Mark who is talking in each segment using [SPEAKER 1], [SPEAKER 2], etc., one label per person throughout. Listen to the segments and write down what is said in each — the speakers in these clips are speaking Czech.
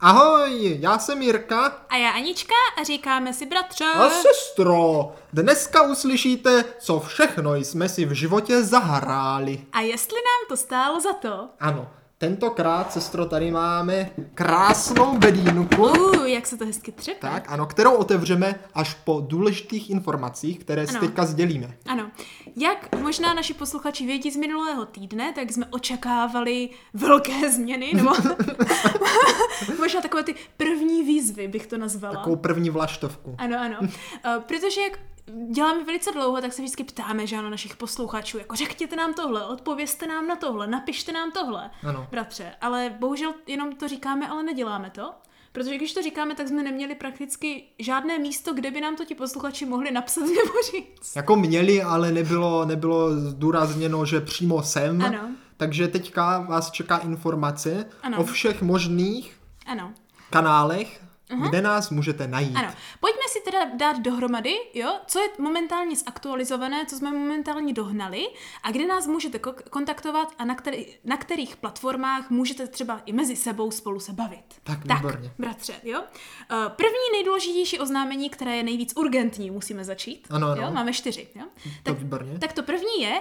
[SPEAKER 1] Ahoj, já jsem Jirka
[SPEAKER 2] A já Anička a říkáme si bratře.
[SPEAKER 1] a sestro. Dneska uslyšíte, co všechno jsme si v životě zahráli.
[SPEAKER 2] A jestli nám to stálo za to?
[SPEAKER 1] Ano, tentokrát, sestro, tady máme krásnou bedínku.
[SPEAKER 2] Uh, jak se to hezky třepe.
[SPEAKER 1] Tak, ano, kterou otevřeme až po důležitých informacích, které si
[SPEAKER 2] Ano.
[SPEAKER 1] teďka sdělíme.
[SPEAKER 2] Ano. Jak možná naši posluchači vědí z minulého týdne, tak jsme očekávali velké změny, nebo možná takové ty první výzvy bych to nazvala.
[SPEAKER 1] Takovou první vlaštovku.
[SPEAKER 2] Ano, ano. Eh, Protože jak děláme velice dlouho, tak se vždycky ptáme, že ano, našich posluchačů, jako řekněte nám tohle, odpovězte nám na tohle, napište nám tohle,
[SPEAKER 1] Ano.
[SPEAKER 2] bratře. Ale bohužel jenom to říkáme, ale neděláme to. Protože když to říkáme, tak jsme neměli prakticky žádné místo, kde by nám to ti posluchači mohli napsat nebo říct.
[SPEAKER 1] Jako měli, ale nebylo, nebylo zdůrazněno, že přímo sem.
[SPEAKER 2] Ano.
[SPEAKER 1] Takže teďka vás čeká informace
[SPEAKER 2] Ano.
[SPEAKER 1] o všech možných
[SPEAKER 2] Ano.
[SPEAKER 1] kanálech, kde nás můžete najít.
[SPEAKER 2] Ano, pojďme si teda dát dohromady, jo, co je momentálně zaktualizované, co jsme momentálně dohnali a kde nás můžete ko- kontaktovat a na, který, na kterých platformách můžete třeba i mezi sebou spolu se bavit.
[SPEAKER 1] Tak, výborně.
[SPEAKER 2] bratře, jo. Eh, První nejdůležitější oznámení, které je nejvíc urgentní, musíme začít.
[SPEAKER 1] Ano, ano.
[SPEAKER 2] Jo, máme čtyři, jo.
[SPEAKER 1] To
[SPEAKER 2] Tak,
[SPEAKER 1] výborně.
[SPEAKER 2] tak to první je,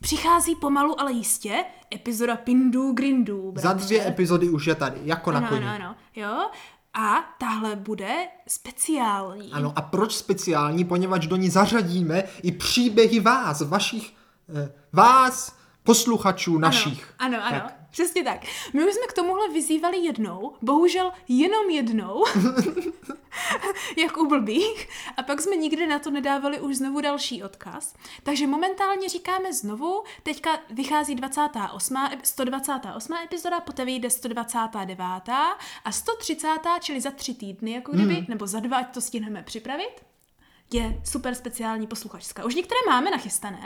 [SPEAKER 2] přichází pomalu, ale jistě, epizoda Pindů Grindů,
[SPEAKER 1] Za dvě epizody už je tady, jako na
[SPEAKER 2] Ano,
[SPEAKER 1] koni.
[SPEAKER 2] ano, ano, jo. A tahle bude speciální.
[SPEAKER 1] Ano, a proč speciální? Poněvadž do ní zařadíme i příběhy vás, vašich, eh, vás, posluchačů našich.
[SPEAKER 2] Ano, ano, ano
[SPEAKER 1] Tak.
[SPEAKER 2] přesně tak. My už jsme k tomuhle vyzývali jednou, bohužel jenom jednou, jak u blbých, a pak jsme nikdy na to nedávali už znovu další odkaz. Takže momentálně říkáme znovu, teďka vychází 28, ep- 128. epizoda, poté vyjde 129. a 130. čili za tři týdny, jako kdyby,
[SPEAKER 1] Hmm.
[SPEAKER 2] nebo za dva, ať to stihneme připravit, je super speciální posluchačská. Už některé máme nachystané,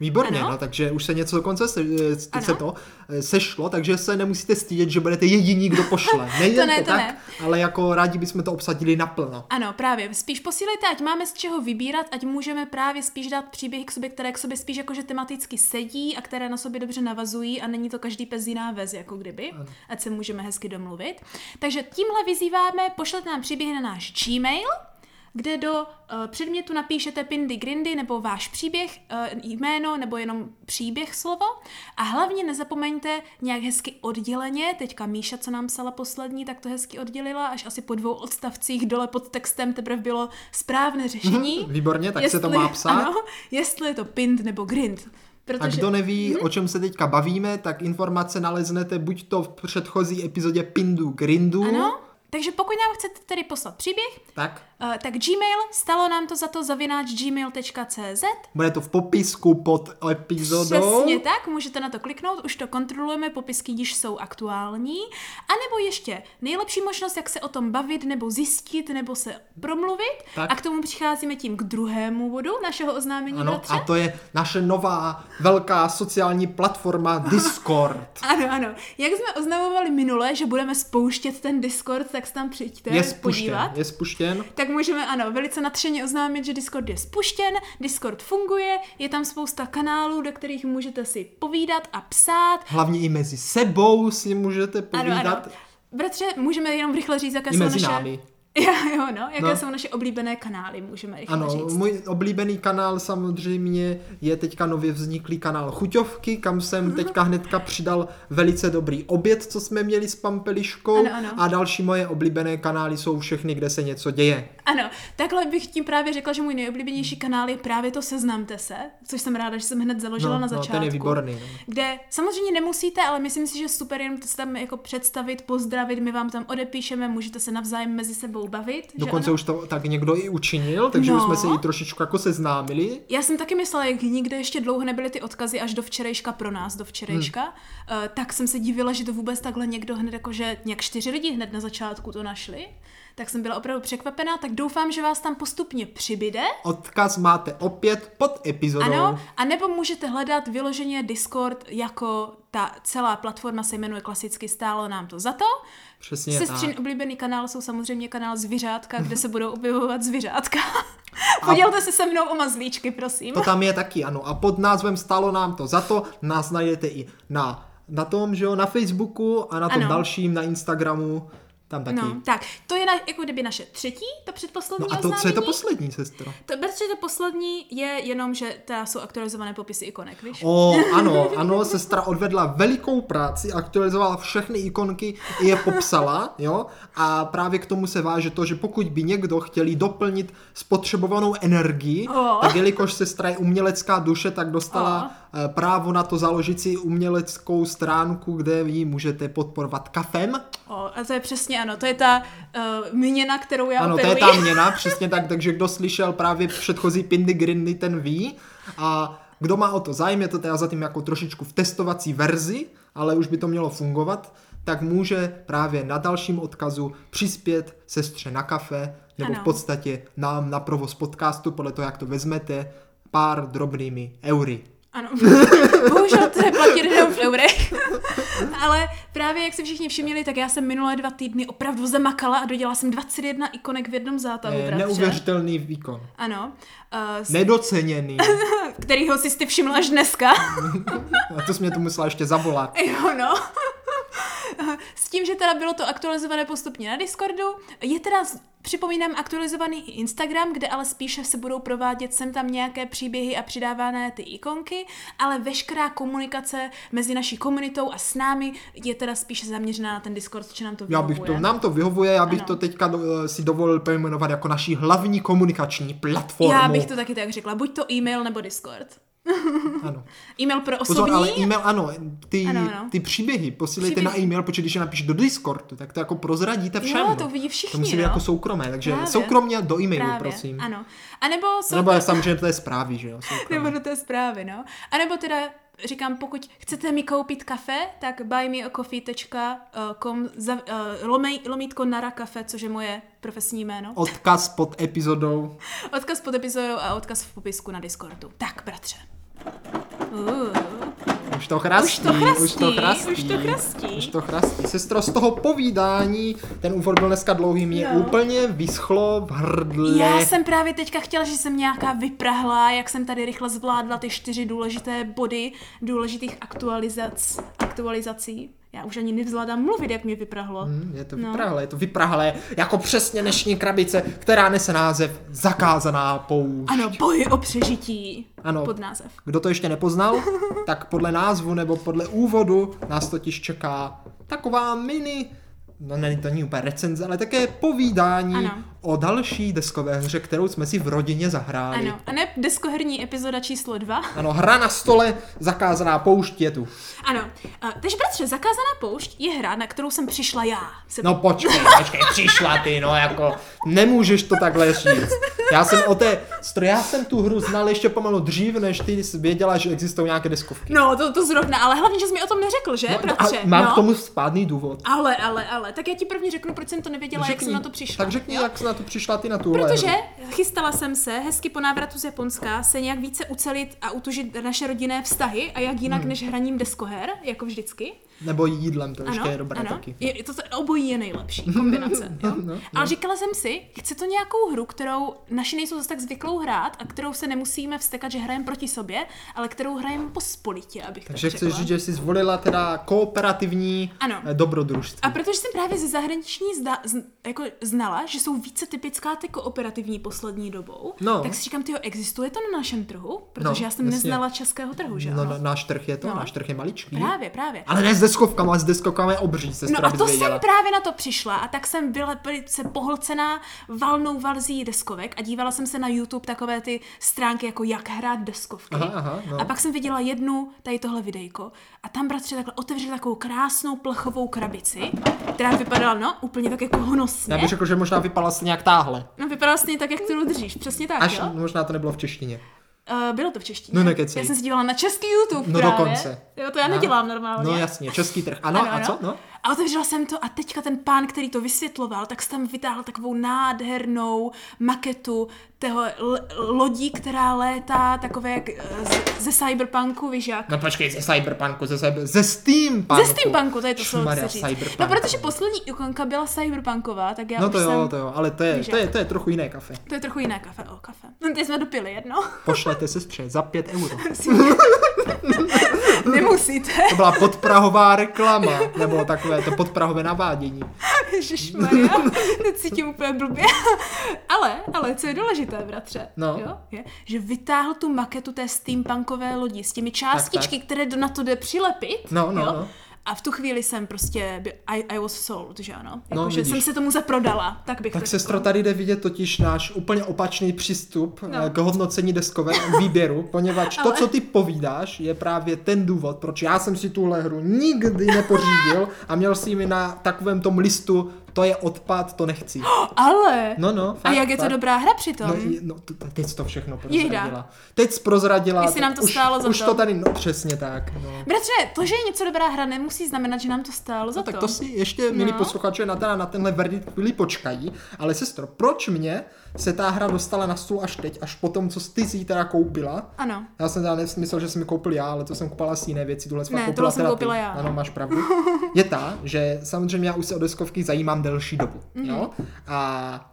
[SPEAKER 1] Výborně,
[SPEAKER 2] Ano.
[SPEAKER 1] no, takže už se něco dokonce se, eh, se
[SPEAKER 2] Ano.
[SPEAKER 1] to eh, sešlo, takže se nemusíte stydět, že budete jediní, kdo pošle. Nejen
[SPEAKER 2] ne, to
[SPEAKER 1] tak,
[SPEAKER 2] ne.
[SPEAKER 1] ale jako rádi bychom to obsadili naplno.
[SPEAKER 2] Ano, právě. Spíš posílejte, ať máme z čeho vybírat, ať můžeme právě spíš dát příběhy k sobě, které k sobě spíš jakože tematicky sedí a které na sobě dobře navazují a není to každý pes jiná vez, jako kdyby, ano. ať se můžeme hezky domluvit. Takže tímhle vyzýváme, pošlete nám příběhy na náš Gmail, kde do uh, předmětu napíšete Pindy Grindy nebo váš příběh, uh, jméno nebo jenom příběh slovo. A hlavně nezapomeňte nějak hezky odděleně, teďka Míša, co nám psala poslední, tak to hezky oddělila, až asi po dvou odstavcích dole pod textem teprve bylo správné řešení.
[SPEAKER 1] Výborně, tak se to má psát.
[SPEAKER 2] Ano, jestli je to Pind nebo Grind.
[SPEAKER 1] A
[SPEAKER 2] Protože, Mhm.
[SPEAKER 1] kdo neví, o čem se teďka bavíme, tak informace naleznete buď to v předchozí epizodě Pindu Grindu,
[SPEAKER 2] ano, takže pokud nám chcete tedy poslat příběh,
[SPEAKER 1] tak
[SPEAKER 2] uh, tak Gmail, stalo nám to za to zavináč gmail.cz
[SPEAKER 1] bude to v popisku pod epizodou.
[SPEAKER 2] Přesně tak, můžete na to kliknout, už to kontrolujeme, popisky již jsou aktuální. A nebo ještě nejlepší možnost, jak se o tom bavit, nebo zjistit, nebo se promluvit.
[SPEAKER 1] Tak.
[SPEAKER 2] Tak. A k tomu přicházíme tím k druhému bodu našeho oznámení,
[SPEAKER 1] Ano,
[SPEAKER 2] bratře.
[SPEAKER 1] a to je naše nová velká sociální platforma Discord.
[SPEAKER 2] Ano, ano. Jak jsme oznamovali minule, že budeme spouštět ten Discord, tak se tam přijďte
[SPEAKER 1] Je spuštěn,
[SPEAKER 2] podívat.
[SPEAKER 1] je spuštěn.
[SPEAKER 2] Tak můžeme, ano, velice natřeně oznámit, že Discord je spuštěn, Discord funguje, je tam spousta kanálů, do kterých můžete si povídat a psát.
[SPEAKER 1] Hlavně i mezi sebou si můžete povídat.
[SPEAKER 2] Bratře, můžeme jenom rychle říct, jaké
[SPEAKER 1] I
[SPEAKER 2] jsou
[SPEAKER 1] mezi
[SPEAKER 2] naše...
[SPEAKER 1] námi.
[SPEAKER 2] Jo, jo, no, jaké
[SPEAKER 1] No.
[SPEAKER 2] jsou naše oblíbené kanály, můžeme rychle
[SPEAKER 1] Ano,
[SPEAKER 2] říct.
[SPEAKER 1] můj oblíbený kanál samozřejmě je teďka nově vzniklý kanál Chuťovky, kam
[SPEAKER 2] Mhm.
[SPEAKER 1] jsem teďka hnedka přidal velice dobrý oběd, co jsme měli s Pampeliškou.
[SPEAKER 2] Ano, ano.
[SPEAKER 1] A další moje oblíbené kanály jsou všechny, kde se něco děje.
[SPEAKER 2] Ano, takhle bych tím právě řekla, že můj nejoblíbenější kanál je právě to Seznamte se, což jsem ráda, že jsem hned založila
[SPEAKER 1] No,
[SPEAKER 2] na
[SPEAKER 1] no, ten je
[SPEAKER 2] začátku.
[SPEAKER 1] výborný, no.
[SPEAKER 2] Kde samozřejmě nemusíte, ale myslím si, že super jenom se tam jako představit, pozdravit, my vám tam odepíšeme, můžete se navzájem mezi sebou bavit. že
[SPEAKER 1] Dokonce
[SPEAKER 2] ano?
[SPEAKER 1] už to tak někdo i učinil, takže už
[SPEAKER 2] No.
[SPEAKER 1] jsme se i trošičku jako seznámili.
[SPEAKER 2] Já jsem taky myslela, jak nikde ještě dlouho nebyly ty odkazy až do včerejška pro nás, do včerejška, hmm. uh, tak jsem se divila, že to vůbec takhle někdo hned jakože nějak čtyři lidi hned na začátku to našli. Tak jsem byla opravdu překvapená, tak doufám, že vás tam postupně přibyde.
[SPEAKER 1] Odkaz máte opět pod epizodou.
[SPEAKER 2] Ano, a nebo můžete hledat vyloženě Discord jako ta celá platforma se jmenuje klasicky Stálo nám to za to.
[SPEAKER 1] Přesně
[SPEAKER 2] Sestřin
[SPEAKER 1] tak.
[SPEAKER 2] oblíbený kanál jsou samozřejmě kanál Zvířátka, kde se budou objevovat zvířátka. Podělte se se mnou o mazlíčky, prosím.
[SPEAKER 1] To tam je taky, ano. A pod názvem Stálo nám to za to nás najdete i na, na tom, že jo, na Facebooku a na tom
[SPEAKER 2] Ano.
[SPEAKER 1] dalším, na Instagramu. Tam taky.
[SPEAKER 2] No,
[SPEAKER 1] No,
[SPEAKER 2] tak, to je na, jako kdyby naše třetí, to předposlední
[SPEAKER 1] no a to, co je to
[SPEAKER 2] oznámení.
[SPEAKER 1] poslední, sestro?
[SPEAKER 2] To, protože to poslední je jenom, že teda jsou aktualizované popisy ikonek, víš?
[SPEAKER 1] O, ano, ano, sestra odvedla velikou práci, aktualizovala všechny ikonky, i je popsala, jo, a právě k tomu se váže to, že pokud by někdo chtěl jí doplnit spotřebovanou energii,
[SPEAKER 2] O.
[SPEAKER 1] tak jelikož sestra je umělecká duše, tak dostala eh, právo na to založit si uměleckou stránku, kde ji můžete podporovat kafem.
[SPEAKER 2] O, a to je přesně ano, to je ta uh, měna, kterou já
[SPEAKER 1] Ano, to
[SPEAKER 2] operuji.
[SPEAKER 1] je ta měna, přesně tak, takže kdo slyšel právě předchozí Pindy Grindy, ten ví. A kdo má o to zájem, je to teda zatím jako trošičku v testovací verzi, ale už by to mělo fungovat, tak může právě na dalším odkazu přispět sestře na kafe, nebo
[SPEAKER 2] Ano.
[SPEAKER 1] v podstatě nám na provoz podcastu, podle toho, jak to vezmete, pár drobnými eury.
[SPEAKER 2] Ano, bohužel to je platit jenom v eurech. Ale právě jak si všichni všimli, tak já jsem minulé dva týdny opravdu zamakala a dodělala jsem 21 ikonek v jednom zátahu,
[SPEAKER 1] Eh,
[SPEAKER 2] bratře.
[SPEAKER 1] Neuvěřitelný výkon.
[SPEAKER 2] Ano, uh, s,
[SPEAKER 1] Nedoceněný.
[SPEAKER 2] kterýho jsi ty všimla až dneska.
[SPEAKER 1] A to jsi mě to musela ještě zavolat.
[SPEAKER 2] Jo, no. S tím, že teda bylo to aktualizované postupně na Discordu, je teda, z- připomínám, aktualizovaný i Instagram, kde ale spíše se budou provádět sem tam nějaké příběhy a přidávané ty ikonky, ale veškerá komunikace mezi naší komunitou a s námi je teda spíše zaměřená na ten Discord, že nám to
[SPEAKER 1] Já bych
[SPEAKER 2] vyhovuje.
[SPEAKER 1] to, nám to vyhovuje, já bych
[SPEAKER 2] Ano.
[SPEAKER 1] to teďka do, si dovolil pojmenovat jako naší hlavní komunikační platformu.
[SPEAKER 2] Já bych to taky tak řekla, buď to e-mail nebo Discord.
[SPEAKER 1] Ano.
[SPEAKER 2] E-mail pro osobní,
[SPEAKER 1] Pozor, ale e-mail, ano, ty,
[SPEAKER 2] Ano, ano.
[SPEAKER 1] ty příběhy posílejte
[SPEAKER 2] Příběhy.
[SPEAKER 1] na e-mail, protože když je napíšete do Discordu, tak to jako prozradíte všem.
[SPEAKER 2] jo,
[SPEAKER 1] no.
[SPEAKER 2] to vidí všichni,
[SPEAKER 1] to musí být
[SPEAKER 2] no.
[SPEAKER 1] jako soukromé, takže
[SPEAKER 2] Právě.
[SPEAKER 1] Právě. soukromně do e-mailu,
[SPEAKER 2] Právě,
[SPEAKER 1] prosím.
[SPEAKER 2] ano. A nebo jsou
[SPEAKER 1] Nebo samozřejmě to je zprávy, že jo, soukromé.
[SPEAKER 2] Nebo do té zprávy, no. A nebo teda říkám, pokud chcete mi koupit kafe, tak buymeacoffee.com za, uh, lomej, lomítko Nara Kafe, což je moje profesní jméno.
[SPEAKER 1] Odkaz pod epizodou.
[SPEAKER 2] Odkaz pod epizodou a odkaz v popisku na Discordu. Tak, bratře. Uh,
[SPEAKER 1] Už to chrastí,
[SPEAKER 2] Už
[SPEAKER 1] už to
[SPEAKER 2] to chrastí,
[SPEAKER 1] chrastí,
[SPEAKER 2] už to chrastí.
[SPEAKER 1] Už to chrastí. Sestro, z toho povídání, ten úvod byl dneska dlouhý, mě
[SPEAKER 2] No.
[SPEAKER 1] úplně vyschlo v hrdle.
[SPEAKER 2] já jsem právě teďka chtěla, že jsem nějaká vyprahlá, jak jsem tady rychle zvládla ty čtyři důležité body důležitých aktualizac, aktualizací. Já už ani nevzvládám mluvit, jak mě vyprahlo.
[SPEAKER 1] Hm, Je to
[SPEAKER 2] No.
[SPEAKER 1] vyprahlé, je to vyprahlé, jako přesně dnešní krabice, která nese název Zakázaná poušť.
[SPEAKER 2] Ano, boj o přežití.
[SPEAKER 1] Ano.
[SPEAKER 2] Pod název.
[SPEAKER 1] Kdo to ještě nepoznal, tak podle názvu nebo podle úvodu nás totiž čeká taková mini, no není to není úplně recenze, ale také povídání
[SPEAKER 2] Ano.
[SPEAKER 1] o další deskové hře, kterou jsme si v rodině zahráli.
[SPEAKER 2] Ano, a ne deskoherní epizoda číslo 2.
[SPEAKER 1] Ano, hra na stole, zakázaná poušť je tu.
[SPEAKER 2] Ano, a, takže bratře, Zakázaná poušť je hra, na kterou jsem přišla já. Jsem...
[SPEAKER 1] No počkej, počkej, přišla ty, no jako, nemůžeš to takhle říct. Já jsem o té, stro- já jsem tu hru znal ještě pomalu dřív, než ty jsi věděla, že existují nějaké deskovky.
[SPEAKER 2] no to, to zrovna, ale hlavně, že jsi mi o tom neřekl, že,
[SPEAKER 1] No,
[SPEAKER 2] bratře?
[SPEAKER 1] a mám
[SPEAKER 2] no.
[SPEAKER 1] k tomu spádný důvod.
[SPEAKER 2] Ale, ale, ale, tak já ti první řeknu, proč jsem to nevěděla, jak jsem na to přišla.
[SPEAKER 1] Tak řekni,
[SPEAKER 2] jo?
[SPEAKER 1] jak jsi na to přišla ty na tuhle
[SPEAKER 2] Protože
[SPEAKER 1] hru.
[SPEAKER 2] chystala jsem se hezky po návratu z Japonska se nějak více ucelit a utužit naše rodinné vztahy a jak jinak hmm. než hraním deskoher, jako vždycky.
[SPEAKER 1] Nebo jídlem, to ještě je dobré taky.
[SPEAKER 2] Je, je to, to, obojí je nejlepší kombinace. Jo? no, Ale říkala jsem si, chci to nějakou hru, kterou naši nejsou zase tak zvyklou hrát a kterou se nemusíme vstekat, že hrajeme proti sobě, ale kterou hrajeme pospolitě, abych
[SPEAKER 1] Takže
[SPEAKER 2] tak
[SPEAKER 1] chceš
[SPEAKER 2] řekla.
[SPEAKER 1] říct, že jsi zvolila teda kooperativní
[SPEAKER 2] Ano.
[SPEAKER 1] eh, dobrodružství.
[SPEAKER 2] A protože jsem právě ze zahraniční zda, z, jako znala, že jsou více typická ty kooperativní poslední dobou,
[SPEAKER 1] No.
[SPEAKER 2] tak si říkám, tyjo, existuje to na našem trhu? Protože
[SPEAKER 1] No,
[SPEAKER 2] já jsem
[SPEAKER 1] jasně.
[SPEAKER 2] neznala českého trhu, že
[SPEAKER 1] No,
[SPEAKER 2] ano?
[SPEAKER 1] na- náš trh je to,
[SPEAKER 2] No.
[SPEAKER 1] náš trh je maličký.
[SPEAKER 2] Právě, právě.
[SPEAKER 1] Ale ne s deskovkama, s deskovkama je obří, sestra,
[SPEAKER 2] No a
[SPEAKER 1] abys
[SPEAKER 2] to
[SPEAKER 1] věděla.
[SPEAKER 2] jsem právě na to přišla a tak jsem byla velice pohlcená valnou valzí deskovek a dívala jsem se na YouTube takové ty stránky jako jak hrát deskovky.
[SPEAKER 1] Aha, aha, no.
[SPEAKER 2] A pak jsem viděla jednu, tady tohle videjko a tam bratře takhle otevřeli takovou krásnou plechovou krabici, která vypadala no úplně tak jako honosně.
[SPEAKER 1] Já bych řekl, že možná vypadala se nějak táhle.
[SPEAKER 2] No vypadala stejně tak, jak tu držíš, přesně tak,
[SPEAKER 1] Až
[SPEAKER 2] jo?
[SPEAKER 1] možná to nebylo v češtině.
[SPEAKER 2] Uh, bylo to v češtině.
[SPEAKER 1] No, nekecej.
[SPEAKER 2] Já jsem si dívala na český YouTube
[SPEAKER 1] No
[SPEAKER 2] právě.
[SPEAKER 1] dokonce.
[SPEAKER 2] Jo, to já
[SPEAKER 1] No.
[SPEAKER 2] nedělám normálně.
[SPEAKER 1] No jasně, český trh. Ano, a co? No?
[SPEAKER 2] A otevřela jsem to a teďka ten pán, který to vysvětloval, tak jsem tam vytáhl takovou nádhernou maketu tého l- lodí, která létá, takové jak eh, z- ze cyberpunku, víš jak?
[SPEAKER 1] No počkej, ze Cyberpunku, ze, cyber, ze Steampunku.
[SPEAKER 2] Ze Steampunku, to je to, co
[SPEAKER 1] Šmarja,
[SPEAKER 2] chci říct.
[SPEAKER 1] Cyberpunk.
[SPEAKER 2] No, protože poslední ikonka byla cyberpunková, tak já
[SPEAKER 1] No
[SPEAKER 2] už
[SPEAKER 1] to jo,
[SPEAKER 2] jsem...
[SPEAKER 1] to jo, ale to je,
[SPEAKER 2] Víš
[SPEAKER 1] to je,
[SPEAKER 2] jak.
[SPEAKER 1] to je trochu jiné kafe.
[SPEAKER 2] To je trochu jiné kafe, o kafe. No, teď jsme dopili jedno.
[SPEAKER 1] Pošlete se střed za 5 euro.
[SPEAKER 2] Nemusíte,
[SPEAKER 1] To byla podprahová reklama, nebo takové to podprahové navádění.
[SPEAKER 2] Ježišmarja, to cítím úplně blbě. Ale, ale co je důležité, bratře,
[SPEAKER 1] No.
[SPEAKER 2] jo, je, že vytáhl tu maketu té steampunkové lodi s těmi částičky, které do- na to jde přilepit.
[SPEAKER 1] No, no,
[SPEAKER 2] jo?
[SPEAKER 1] no.
[SPEAKER 2] A v tu chvíli jsem prostě, by- I, I was sold, že ano.
[SPEAKER 1] No,
[SPEAKER 2] Jako, že
[SPEAKER 1] vidíš.
[SPEAKER 2] jsem se tomu zaprodala, tak bych
[SPEAKER 1] Tak
[SPEAKER 2] to
[SPEAKER 1] sestro,
[SPEAKER 2] řekla.
[SPEAKER 1] tady jde vidět totiž náš úplně opačný přístup
[SPEAKER 2] No.
[SPEAKER 1] eh, k hodnocení deskovek výběru, poněvadž to,
[SPEAKER 2] Ale-
[SPEAKER 1] co ty povídáš, je právě ten důvod, proč já jsem si tuhle hru nikdy nepořídil a měl si mi na takovém tom listu, to je odpad, to nechci.
[SPEAKER 2] Ale,
[SPEAKER 1] No, no, fakt,
[SPEAKER 2] a jak je to
[SPEAKER 1] fakt.
[SPEAKER 2] dobrá hra přitom.
[SPEAKER 1] No, i- no t- t- teď jsi to všechno
[SPEAKER 2] Jejda.
[SPEAKER 1] prozradila. Teď jsi prozradila.
[SPEAKER 2] Jestli nám to
[SPEAKER 1] už,
[SPEAKER 2] stálo za
[SPEAKER 1] už
[SPEAKER 2] to.
[SPEAKER 1] to tady, no přesně tak. No.
[SPEAKER 2] Bratře, to, že je něco dobrá hra, nemusí znamenat, že nám to stálo za
[SPEAKER 1] No,
[SPEAKER 2] to.
[SPEAKER 1] tak to si ještě, milí
[SPEAKER 2] No.
[SPEAKER 1] posluchače, na, teda na tenhle verdikt chvíli počkají. Ale sestro, proč mě se ta hra dostala na stůl až teď, až po tom, co ty si ji teda koupila?
[SPEAKER 2] Ano.
[SPEAKER 1] Já jsem teda nemyslel, že jsem ji koupil já, ale to jsem koupila asi jiné věci, tuhle jsem
[SPEAKER 2] Ne,
[SPEAKER 1] koupila
[SPEAKER 2] tohle jsem
[SPEAKER 1] teda ty.
[SPEAKER 2] koupila já.
[SPEAKER 1] Ano, máš pravdu. Je ta, že samozřejmě já už se o deskovky zajímám delší dobu,
[SPEAKER 2] Mhm.
[SPEAKER 1] jo? A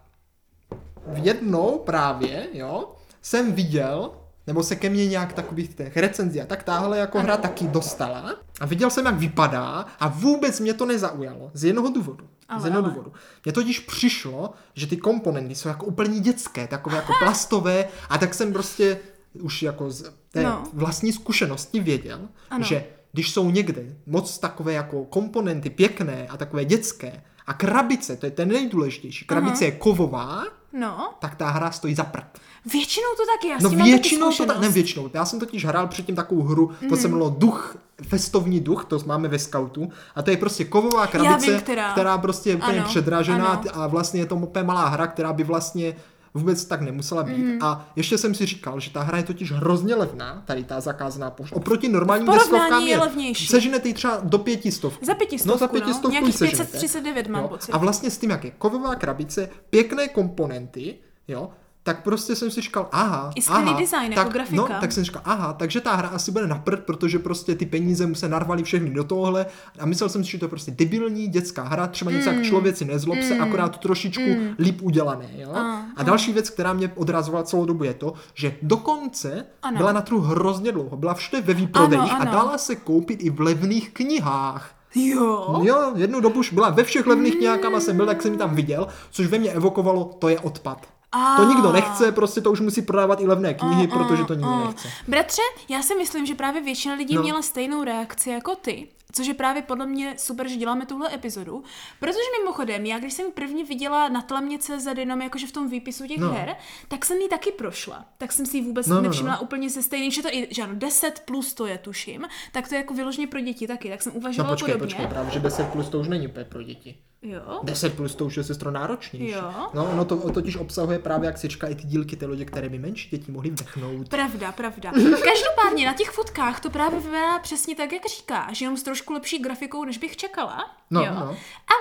[SPEAKER 1] v jednou právě, jo, jsem viděl, nebo se ke mně nějak takových těch recenzí a tak táhle jako hra taky dostala a viděl jsem, jak vypadá a vůbec mě to nezaujalo. Z jednoho důvodu.
[SPEAKER 2] Ale,
[SPEAKER 1] z jednoho
[SPEAKER 2] ale.
[SPEAKER 1] důvodu. Mně totiž přišlo, že ty komponenty jsou jako úplně dětské, takové jako plastové a tak jsem prostě už jako z té
[SPEAKER 2] No.
[SPEAKER 1] no. vlastní zkušenosti věděl,
[SPEAKER 2] Ano.
[SPEAKER 1] ano. že když jsou někde moc takové jako komponenty pěkné a takové dětské a krabice, to je ten nejdůležitější, krabice je kovová,
[SPEAKER 2] No,
[SPEAKER 1] tak ta hra stojí za prd.
[SPEAKER 2] většinou to tak je, já s
[SPEAKER 1] No
[SPEAKER 2] tím mám taky
[SPEAKER 1] většinou to tak,
[SPEAKER 2] zkušenost. Mm.
[SPEAKER 1] ne většinou, já jsem totiž hrál předtím takovou hru, to se jmenovalo Duch, festovní duch, to máme ve skautu, a to je prostě kovová krabice,
[SPEAKER 2] vím, která.
[SPEAKER 1] prostě je úplně
[SPEAKER 2] Ano,
[SPEAKER 1] předražená
[SPEAKER 2] ano.
[SPEAKER 1] t- a vlastně je to úplně malá hra, která by vlastně vůbec tak nemusela být.
[SPEAKER 2] Mhm.
[SPEAKER 1] A ještě jsem si říkal, že ta hra je totiž hrozně levná, tady ta zakázaná pošta. Oproti normálním
[SPEAKER 2] V porovnání
[SPEAKER 1] deskovkám
[SPEAKER 2] je levnější.
[SPEAKER 1] Seženete ji třeba do pětistovky.
[SPEAKER 2] Za pětistovku,
[SPEAKER 1] No, za
[SPEAKER 2] no.
[SPEAKER 1] pětistovku ji
[SPEAKER 2] Nějakých
[SPEAKER 1] seženete.
[SPEAKER 2] 539 mám pocit.
[SPEAKER 1] A vlastně s tím, jak je kovová krabice, pěkné komponenty, jo, tak prostě jsem si říkal, aha,
[SPEAKER 2] I skvělý
[SPEAKER 1] aha,
[SPEAKER 2] design jako
[SPEAKER 1] tak,
[SPEAKER 2] grafika.
[SPEAKER 1] No, tak jsem říkal, aha, takže ta hra asi bude na prd, protože prostě ty peníze mu se narvali všechny do tohohle a myslel jsem si, že to je prostě debilní dětská hra, třeba něco
[SPEAKER 2] Hmm.
[SPEAKER 1] jak člověk si nezlob se, akorát trošičku líp udělané, jo.
[SPEAKER 2] A,
[SPEAKER 1] a další věc, která mě odrazovala celou dobu je to, že dokonce
[SPEAKER 2] Ano.
[SPEAKER 1] byla na trhu hrozně dlouho, byla všude ve výprodejích
[SPEAKER 2] Ano,
[SPEAKER 1] a
[SPEAKER 2] ano.
[SPEAKER 1] dala se koupit i v levných knihách.
[SPEAKER 2] Jo.
[SPEAKER 1] Jo, jednu dobu už byla ve všech levných
[SPEAKER 2] Mm.
[SPEAKER 1] nějakama jsem byl, tak jsem ji tam viděl, což ve mně evokovalo, to je odpad.
[SPEAKER 2] A.
[SPEAKER 1] To nikdo nechce, prostě to už musí prodávat i levné knihy, protože to nikdo
[SPEAKER 2] Mm.
[SPEAKER 1] nechce.
[SPEAKER 2] Bratře, já si myslím, že právě většina lidí no.
[SPEAKER 1] No.
[SPEAKER 2] měla stejnou reakci jako ty. Což je právě podle mě super, že děláme tuhle epizodu. Protože mimochodem, já když jsem první viděla na tlamě.cz jenom jakože v tom výpisu těch no.
[SPEAKER 1] No.
[SPEAKER 2] her, tak jsem ji taky prošla. Tak jsem si ji vůbec no,
[SPEAKER 1] No, no,
[SPEAKER 2] no,
[SPEAKER 1] no.
[SPEAKER 2] nevšimla úplně se stejným, že to i, že ano, 10 plus to je, tuším, tak to je jako vyloženě pro děti taky, tak jsem
[SPEAKER 1] No
[SPEAKER 2] uvažovala
[SPEAKER 1] počkej,
[SPEAKER 2] podobně.
[SPEAKER 1] počkej, právě, že 10 plus to už není úplně pro děti.
[SPEAKER 2] Jo.
[SPEAKER 1] 10 plus to už je sestro náročnější.
[SPEAKER 2] Jo.
[SPEAKER 1] No, ono to totiž obsahuje právě, jak si říká, i ty dílky té lodě, které by menší děti mohly vdechnout.
[SPEAKER 2] Pravda, pravda. Každopádně na těch fotkách to právě vypadá přesně tak, jak říkáš, jenom s trošku lepší grafikou, než bych čekala.
[SPEAKER 1] No,
[SPEAKER 2] jo.
[SPEAKER 1] no.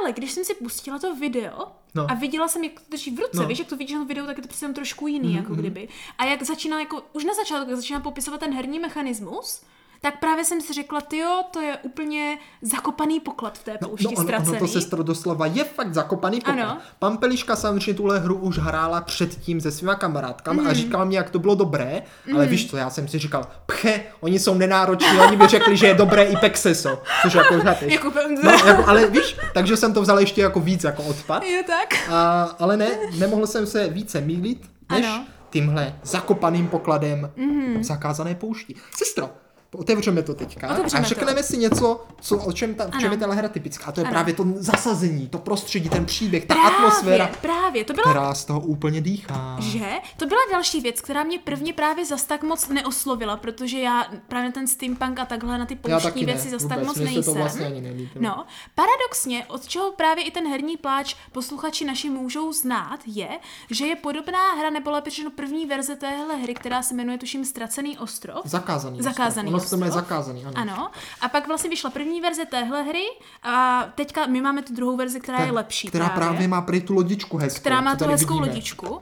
[SPEAKER 2] Ale když jsem si pustila to video
[SPEAKER 1] No.
[SPEAKER 2] a viděla jsem, jak to drží v ruce,
[SPEAKER 1] No. Mhm,
[SPEAKER 2] víš, jak to vidíš na tom videu, tak je to přece jenom trošku jiný, jako kdyby. A jak začíná, jako už na začátku, jak začíná popisovat ten herní mechanismus, tak právě jsem si řekla, jo, to je úplně zakopaný poklad v té poušti
[SPEAKER 1] no, ono, ono
[SPEAKER 2] ztracený.
[SPEAKER 1] to sestro doslova je fakt zakopaný poklad.
[SPEAKER 2] Ano.
[SPEAKER 1] Pampeliška samozřejmě tuhle hru už hrála předtím se svýma kamarádkama
[SPEAKER 2] Mhm.
[SPEAKER 1] a říkala mi, jak to bylo dobré, ale víš co, já jsem si říkal, pche, oni jsou nenároční, oni by řekli, že je dobré i pexeso, což jako chápeš.
[SPEAKER 2] Jako-
[SPEAKER 1] no, jako, ale víš, takže jsem to vzal ještě jako víc jako odpad.
[SPEAKER 2] Je tak?
[SPEAKER 1] A, ale ne, nemohl jsem se více mýlit, než
[SPEAKER 2] Ano. Mhm.
[SPEAKER 1] ano. tímhle zakopaným pokladem mm-hmm. v zakázané poušti. Sestro, otevřeme to teďka
[SPEAKER 2] Otevřeme
[SPEAKER 1] a řekneme si něco, co, o čem, ta, v čem
[SPEAKER 2] Ano.
[SPEAKER 1] je tahle hra typická. A to je
[SPEAKER 2] Ano.
[SPEAKER 1] ano. právě to zasazení, to prostředí, ten příběh, ta
[SPEAKER 2] Právě,
[SPEAKER 1] atmosféra,
[SPEAKER 2] právě. To byla
[SPEAKER 1] která z toho úplně dýchá.
[SPEAKER 2] Že? To byla další věc, která mě prvně právě zas tak moc neoslovila, protože já právě ten steampunk a takhle na ty
[SPEAKER 1] Já
[SPEAKER 2] pouštní
[SPEAKER 1] taky
[SPEAKER 2] věci
[SPEAKER 1] ne,
[SPEAKER 2] zas tak
[SPEAKER 1] vůbec,
[SPEAKER 2] moc
[SPEAKER 1] mně se
[SPEAKER 2] nejsem.
[SPEAKER 1] to vlastně ani nelíbilo.
[SPEAKER 2] No, paradoxně, od čeho právě i ten herní pláč posluchači naši můžou znát, je, že je podobná hra, nebo lépe řečeno první verze téhle hry, která se jmenuje tuším Ztracený ostrov.
[SPEAKER 1] Zakázaný.
[SPEAKER 2] Zakázaný
[SPEAKER 1] ostrov. Ono se to jmenuje
[SPEAKER 2] ostrov.
[SPEAKER 1] zakázaný, ano.
[SPEAKER 2] Ano. A pak vlastně vyšla první verze téhle hry a teďka my máme tu druhou verzi, která je lepší.
[SPEAKER 1] Která právě má prý tu lodičku hezkou.
[SPEAKER 2] která má
[SPEAKER 1] co
[SPEAKER 2] tu
[SPEAKER 1] tady
[SPEAKER 2] hezkou
[SPEAKER 1] vidíme.
[SPEAKER 2] lodičku.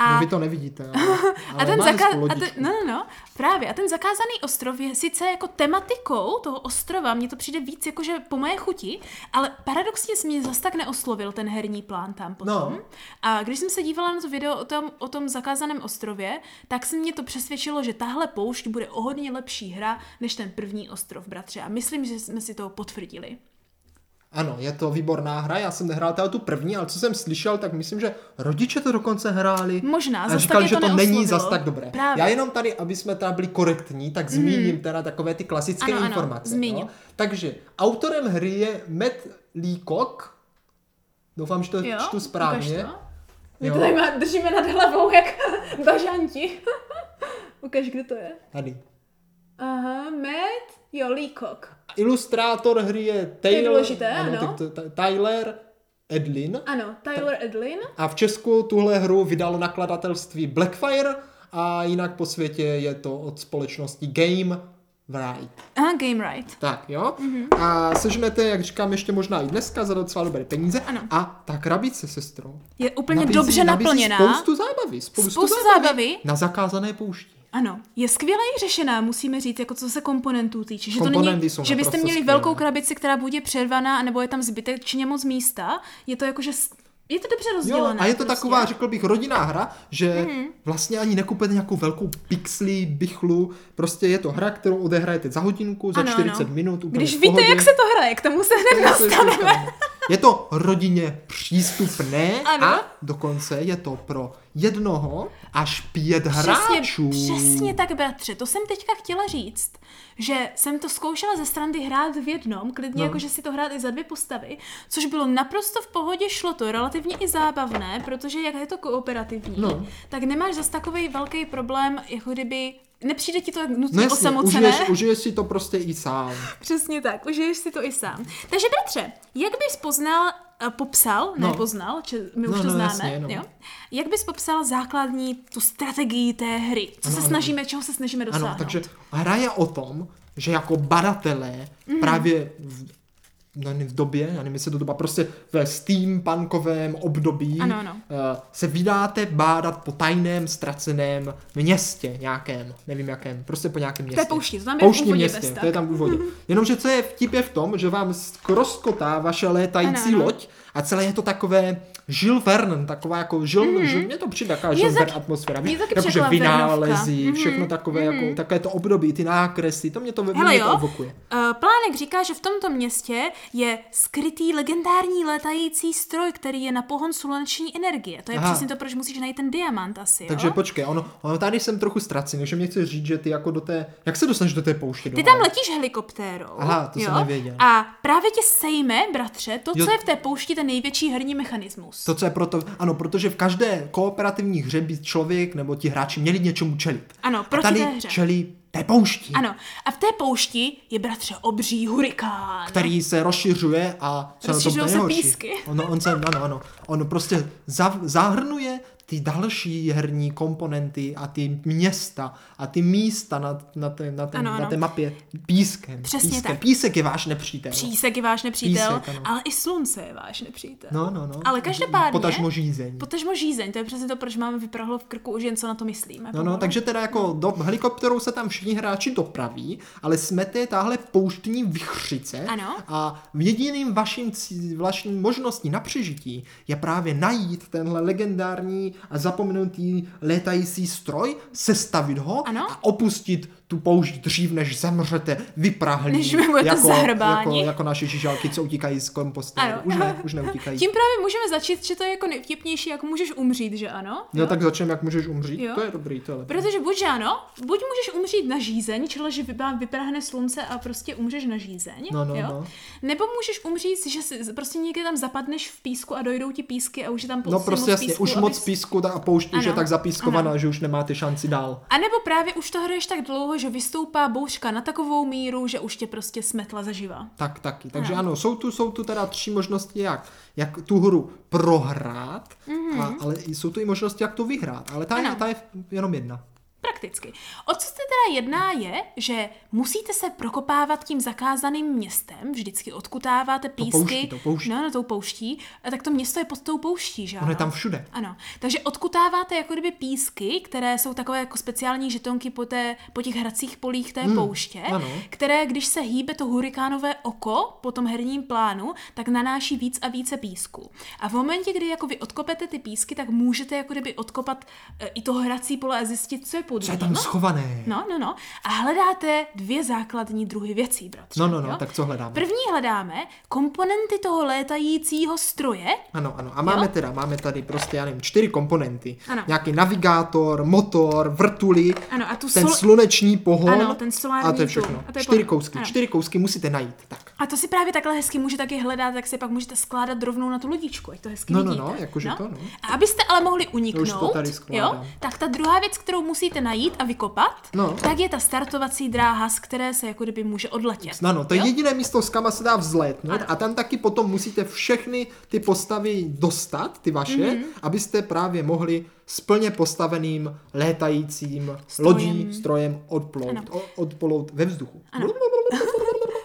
[SPEAKER 1] No,
[SPEAKER 2] A
[SPEAKER 1] vy to nevidíte. Ale, ale
[SPEAKER 2] a ten,
[SPEAKER 1] má
[SPEAKER 2] zaka-
[SPEAKER 1] hezkou
[SPEAKER 2] a ten,
[SPEAKER 1] lodičku.
[SPEAKER 2] no, no, no, právě. A ten zakázaný ostrov je sice jako tematikou toho ostrova, mně to přijde víc jakože po moje chuti, ale paradoxně se mě zas tak neoslovil ten herní plán tam potom.
[SPEAKER 1] No.
[SPEAKER 2] A když jsem se dívala na to video o tom, o tom zakázaném ostrově, tak se mě to přesvědčilo, že tahle poušť bude o hodně lepší hra než ten první ostrov, bratře. A myslím, že jsme si to potvrdili.
[SPEAKER 1] Ano, je to výborná hra, já jsem nehrál teda tu první, ale co jsem slyšel, tak myslím, že rodiče to dokonce hráli.
[SPEAKER 2] Možná,
[SPEAKER 1] a
[SPEAKER 2] No, zas
[SPEAKER 1] říkali,
[SPEAKER 2] tak je
[SPEAKER 1] že
[SPEAKER 2] to
[SPEAKER 1] to, není
[SPEAKER 2] neoslovilo.
[SPEAKER 1] zas tak dobré.
[SPEAKER 2] Právě. Mhm.
[SPEAKER 1] Já jenom tady, aby jsme teda byli korektní, tak zmíním teda takové ty klasické
[SPEAKER 2] Ano, ano,
[SPEAKER 1] informace.
[SPEAKER 2] zmiň.
[SPEAKER 1] jo. Takže autorem hry je Matt Leacock, doufám, že to
[SPEAKER 2] Jo?
[SPEAKER 1] čtu
[SPEAKER 2] Ukaž
[SPEAKER 1] správně.
[SPEAKER 2] to? My
[SPEAKER 1] Jo,
[SPEAKER 2] to tady má, držíme nad hlavou jak bažanti. Ukaž, kde to je.
[SPEAKER 1] tady.
[SPEAKER 2] Aha, Matt, jo, Leacock.
[SPEAKER 1] Ilustrátor hry je Taylor,
[SPEAKER 2] důležité, ano.
[SPEAKER 1] tak to- t- Tyler Edlin.
[SPEAKER 2] Ano, Tyler Edlin.
[SPEAKER 1] A v Česku tuhle hru vydalo nakladatelství Blackfire a jinak po světě je to od společnosti Game Right.
[SPEAKER 2] Aha, Game Right.
[SPEAKER 1] Tak jo.
[SPEAKER 2] Mhm.
[SPEAKER 1] Mm-hmm. A seženete, jak říkám, ještě možná i dneska za docela dobré peníze.
[SPEAKER 2] Ano.
[SPEAKER 1] A ta krabice, sestro,
[SPEAKER 2] Je úplně dobře naplněná.
[SPEAKER 1] spoustu zábavy. Spoustu,
[SPEAKER 2] Spoustu zábavy.
[SPEAKER 1] Na zakázané poušti.
[SPEAKER 2] Ano, je skvěle i řešená, musíme říct, jako co se komponentů týče. Že, to
[SPEAKER 1] Komponenty
[SPEAKER 2] není,
[SPEAKER 1] jsou
[SPEAKER 2] že byste
[SPEAKER 1] naprosto
[SPEAKER 2] měli
[SPEAKER 1] skvělé.
[SPEAKER 2] velkou krabici, která bude přervaná, nebo je tam zbytečně moc místa. Je to jakože, s- je to dobře
[SPEAKER 1] Jo,
[SPEAKER 2] rozdělené. prostě.
[SPEAKER 1] a je to taková, řekl bych, rodinná hra, že
[SPEAKER 2] Mhm.
[SPEAKER 1] vlastně ani nekupujete nějakou velkou pixlí, bychlu, prostě je to hra, kterou odehrajete za hodinku, za
[SPEAKER 2] Ano, ano.
[SPEAKER 1] 40 minut, úplně
[SPEAKER 2] Když
[SPEAKER 1] v
[SPEAKER 2] víte,
[SPEAKER 1] pohodě.
[SPEAKER 2] jak se to hraje, k tomu se hned
[SPEAKER 1] Já se ještě
[SPEAKER 2] dostaneme.
[SPEAKER 1] dostaneme. Je to rodině přístupné
[SPEAKER 2] Ano.
[SPEAKER 1] a dokonce je to pro jednoho až pět hráčů.
[SPEAKER 2] Přesně, přesně tak, bratře, to jsem teďka chtěla říct, že jsem to zkoušela ze strany hrát v jednom, klidně
[SPEAKER 1] No.
[SPEAKER 2] no. jako, že si to hrát i za dvě postavy, což bylo naprosto v pohodě, šlo to relativně i zábavné, protože jak je to kooperativní,
[SPEAKER 1] No.
[SPEAKER 2] no. tak nemáš zas takový velký problém, jako kdyby nepřijde ti to jak nutně
[SPEAKER 1] No
[SPEAKER 2] no
[SPEAKER 1] jasně,
[SPEAKER 2] osamocené.
[SPEAKER 1] užiješ, užiješ si to prostě i sám.
[SPEAKER 2] Přesně tak, užiješ si to i sám. Takže bratře, jak bys poznal, eh, popsal,
[SPEAKER 1] No.
[SPEAKER 2] no. nepoznal, či my
[SPEAKER 1] No,
[SPEAKER 2] už to
[SPEAKER 1] no,
[SPEAKER 2] známe,
[SPEAKER 1] jasně, no.
[SPEAKER 2] jo? jak bys popsal základní tu strategii té hry, co
[SPEAKER 1] Ano,
[SPEAKER 2] se
[SPEAKER 1] ano.
[SPEAKER 2] snažíme, čeho se snažíme dosáhnout.
[SPEAKER 1] Ano, takže hra je o tom, že jako badatelé
[SPEAKER 2] Mhm.
[SPEAKER 1] mm. právě v, no, ne v době, já nevím, jestli to doba, prostě ve steampunkovém období
[SPEAKER 2] Ano, ano.
[SPEAKER 1] eh, se vydáte bádat po tajném ztraceném městě nějakém, nevím jakém, prostě po nějakém městě.
[SPEAKER 2] poušti, to tam je v Mhm.
[SPEAKER 1] Pouštním
[SPEAKER 2] úvodě
[SPEAKER 1] městě,
[SPEAKER 2] bez
[SPEAKER 1] to
[SPEAKER 2] tak.
[SPEAKER 1] je tam v úvodě. Jenomže co je vtip je v tom, že vám skroskotá vaše létající
[SPEAKER 2] Ano, ano.
[SPEAKER 1] loď a celé je to takové Jules Verne, taková jako Jules, mm. Jules mě to přijde taková
[SPEAKER 2] Mhm. Mě
[SPEAKER 1] Jules Verne
[SPEAKER 2] taky-
[SPEAKER 1] atmosféra,
[SPEAKER 2] mě
[SPEAKER 1] víš,
[SPEAKER 2] taky
[SPEAKER 1] jakože
[SPEAKER 2] přišla Vernovka.
[SPEAKER 1] vynálezí, všechno takové, jako, takové to období, ty nákresy, to mě to, ve-
[SPEAKER 2] Mm, Hele
[SPEAKER 1] mě to
[SPEAKER 2] jo,
[SPEAKER 1] evokuje.
[SPEAKER 2] eh, Plánek říká, že v tomto městě je skrytý legendární letající stroj, který je na pohon sluneční energie. To je
[SPEAKER 1] Aha.
[SPEAKER 2] Aha. přesně to, proč musíš najít ten diamant asi,
[SPEAKER 1] Takže
[SPEAKER 2] jo?
[SPEAKER 1] počkej, ono, ono tady jsem trochu ztracený, že mě chceš říct, že ty jako do té, jak se dostaneš do té pouště?
[SPEAKER 2] Ty
[SPEAKER 1] do
[SPEAKER 2] tam
[SPEAKER 1] hlavy?
[SPEAKER 2] letíš helikoptérou.
[SPEAKER 1] Aha, to
[SPEAKER 2] jo?
[SPEAKER 1] jsem nevěděl.
[SPEAKER 2] A právě tě sejme, bratře, to,
[SPEAKER 1] Jo.
[SPEAKER 2] co je v té poušti ten největší herní mechanismus.
[SPEAKER 1] To, co je proto, ano, protože v každé kooperativní hře by člověk nebo ti hráči měli něčemu čelit.
[SPEAKER 2] Ano,
[SPEAKER 1] A
[SPEAKER 2] proti
[SPEAKER 1] tady
[SPEAKER 2] té hře.
[SPEAKER 1] čelí té poušti,
[SPEAKER 2] Ano, a v té poušti je bratře obří hurikán.
[SPEAKER 1] který se rozšiřuje a co je na tom to
[SPEAKER 2] No. Rozšiřují se
[SPEAKER 1] nejhorší.
[SPEAKER 2] písky.
[SPEAKER 1] Ono, on se, ano, ano, on prostě zav, zahrnuje ty další herní komponenty a ty města a ty místa na, na, té, na, té,
[SPEAKER 2] Ano,
[SPEAKER 1] na
[SPEAKER 2] ano.
[SPEAKER 1] té mapě pískem.
[SPEAKER 2] Přesně
[SPEAKER 1] pískem.
[SPEAKER 2] tak.
[SPEAKER 1] Písek je váš nepřítel.
[SPEAKER 2] Přísek je váš nepřítel,
[SPEAKER 1] Písek, ano.
[SPEAKER 2] ale i slunce je váš nepřítel.
[SPEAKER 1] No, no, no.
[SPEAKER 2] Ale každopádně-
[SPEAKER 1] Potažmo žízeň.
[SPEAKER 2] Potažmo žízeň, to je přesně to, proč máme vyprahlo v krku už jen co na to myslíme.
[SPEAKER 1] No, no,
[SPEAKER 2] pomalu.
[SPEAKER 1] takže teda jako do helikopterou se tam všichni hráči dopraví, ale smete táhle pouštní vychřice
[SPEAKER 2] Ano.
[SPEAKER 1] a jediným vaším, cí- vaším možností na přežití je právě najít tenhle legendární a zapomenutý létající stroj, sestavit ho
[SPEAKER 2] Ano.
[SPEAKER 1] a opustit tu poušť dřív, než zemřete vyprahlí.
[SPEAKER 2] Než vy budete
[SPEAKER 1] jako, jako,
[SPEAKER 2] zahrbáni.
[SPEAKER 1] jako naše žižalky, co utíkají z kompostéru.
[SPEAKER 2] Ano.
[SPEAKER 1] Už ne, už neutíkají.
[SPEAKER 2] Tím právě můžeme začít, že to je jako nejvtipnější, jak můžeš umřít, že ano?
[SPEAKER 1] Jo, No, tak začneme, jak můžeš umřít.
[SPEAKER 2] Jo.
[SPEAKER 1] To je dobrý, to je lepší.
[SPEAKER 2] Protože buď že ano, buď můžeš umřít na žízeň, čili že vypá- vyprahne slunce a prostě umřeš na žízeň,
[SPEAKER 1] No, no,
[SPEAKER 2] jo?
[SPEAKER 1] no.
[SPEAKER 2] nebo můžeš umřít, že si prostě někde tam zapadneš v písku a dojdou ti písky a už je tam
[SPEAKER 1] No
[SPEAKER 2] moc
[SPEAKER 1] prostě jasně,
[SPEAKER 2] písku,
[SPEAKER 1] už
[SPEAKER 2] abys-
[SPEAKER 1] moc písku ta- a poušť už je
[SPEAKER 2] Ano,
[SPEAKER 1] tak zapískovaná, že už nemáte šanci dál.
[SPEAKER 2] A nebo právě už to hraješ tak dlouho, že vystoupá bouřka na takovou míru, že už tě prostě smetla zaživa.
[SPEAKER 1] Tak, taky. Takže ano, jsou, tu, jsou tu teda tři možnosti, jak, jak tu hru prohrát, mm-hmm. a, ale i- jsou tu i možnosti, jak to vyhrát. Ale ta, je,
[SPEAKER 2] Mhm. Ano.
[SPEAKER 1] ta je jenom jedna.
[SPEAKER 2] Prakticky. prakticky. O co se teda jedná je, že musíte se prokopávat tím zakázaným městem, vždycky odkutáváte písky.
[SPEAKER 1] pouští, tou pouští.
[SPEAKER 2] No, no, tou pouští. A tak to město je pod tou pouští, že
[SPEAKER 1] Ono je
[SPEAKER 2] ano?
[SPEAKER 1] tam všude.
[SPEAKER 2] Ano, takže odkutáváte jako kdyby písky, které jsou takové jako speciální žetonky po, té, po těch hracích polích té pouště,
[SPEAKER 1] Hmm, ano.
[SPEAKER 2] které, když se hýbe to hurikánové oko po tom herním plánu, tak nanáší víc a více písku. A v momentě, kdy jako vy odkopete ty písky, tak můžete jako kdyby odkopat e, i to hrací pole a zjistit, co je pod
[SPEAKER 1] Co je
[SPEAKER 2] ním.
[SPEAKER 1] tam schované?
[SPEAKER 2] No, no, no. A hledáte dvě základní druhy věcí, bratře.
[SPEAKER 1] No, no, no,
[SPEAKER 2] jo?
[SPEAKER 1] tak co hledáme?
[SPEAKER 2] První hledáme komponenty toho létajícího stroje,
[SPEAKER 1] Ano, ano. A máme
[SPEAKER 2] Jo?
[SPEAKER 1] teda, máme tady prostě, já nevím, čtyři komponenty.
[SPEAKER 2] Ano.
[SPEAKER 1] Nějaký navigátor, motor, vrtuli,
[SPEAKER 2] Ano, a tu
[SPEAKER 1] ten
[SPEAKER 2] sol-
[SPEAKER 1] sluneční pohon.
[SPEAKER 2] Ano, ten solární
[SPEAKER 1] A to je
[SPEAKER 2] dům.
[SPEAKER 1] všechno.
[SPEAKER 2] A to je
[SPEAKER 1] čtyři
[SPEAKER 2] pohon.
[SPEAKER 1] kousky.
[SPEAKER 2] Ano.
[SPEAKER 1] Čtyři kousky musíte najít. Tak.
[SPEAKER 2] A to si právě takhle hezky může taky hledat, tak si pak můžete skládat rovnou na tu lodičku, ať to hezky
[SPEAKER 1] No, no,
[SPEAKER 2] vidíte.
[SPEAKER 1] no, jakože to, no.
[SPEAKER 2] A abyste ale mohli uniknout,
[SPEAKER 1] To už to tady skládám.
[SPEAKER 2] jo, tak ta druhá věc, kterou musíte najít a vykopat,
[SPEAKER 1] No.
[SPEAKER 2] tak je ta startovací dráha, z které se jako kdyby může odletět.
[SPEAKER 1] No, no, to je
[SPEAKER 2] jo?
[SPEAKER 1] jediné místo, s kama se dá vzlétnout
[SPEAKER 2] Ano.
[SPEAKER 1] a tam taky potom musíte všechny ty postavy dostat, ty vaše,
[SPEAKER 2] Mhm.
[SPEAKER 1] mm-hmm. abyste právě mohli s plně postaveným létajícím
[SPEAKER 2] Strojem.
[SPEAKER 1] lodí, strojem odplout,
[SPEAKER 2] Ano.
[SPEAKER 1] o, odplout ve vzduchu.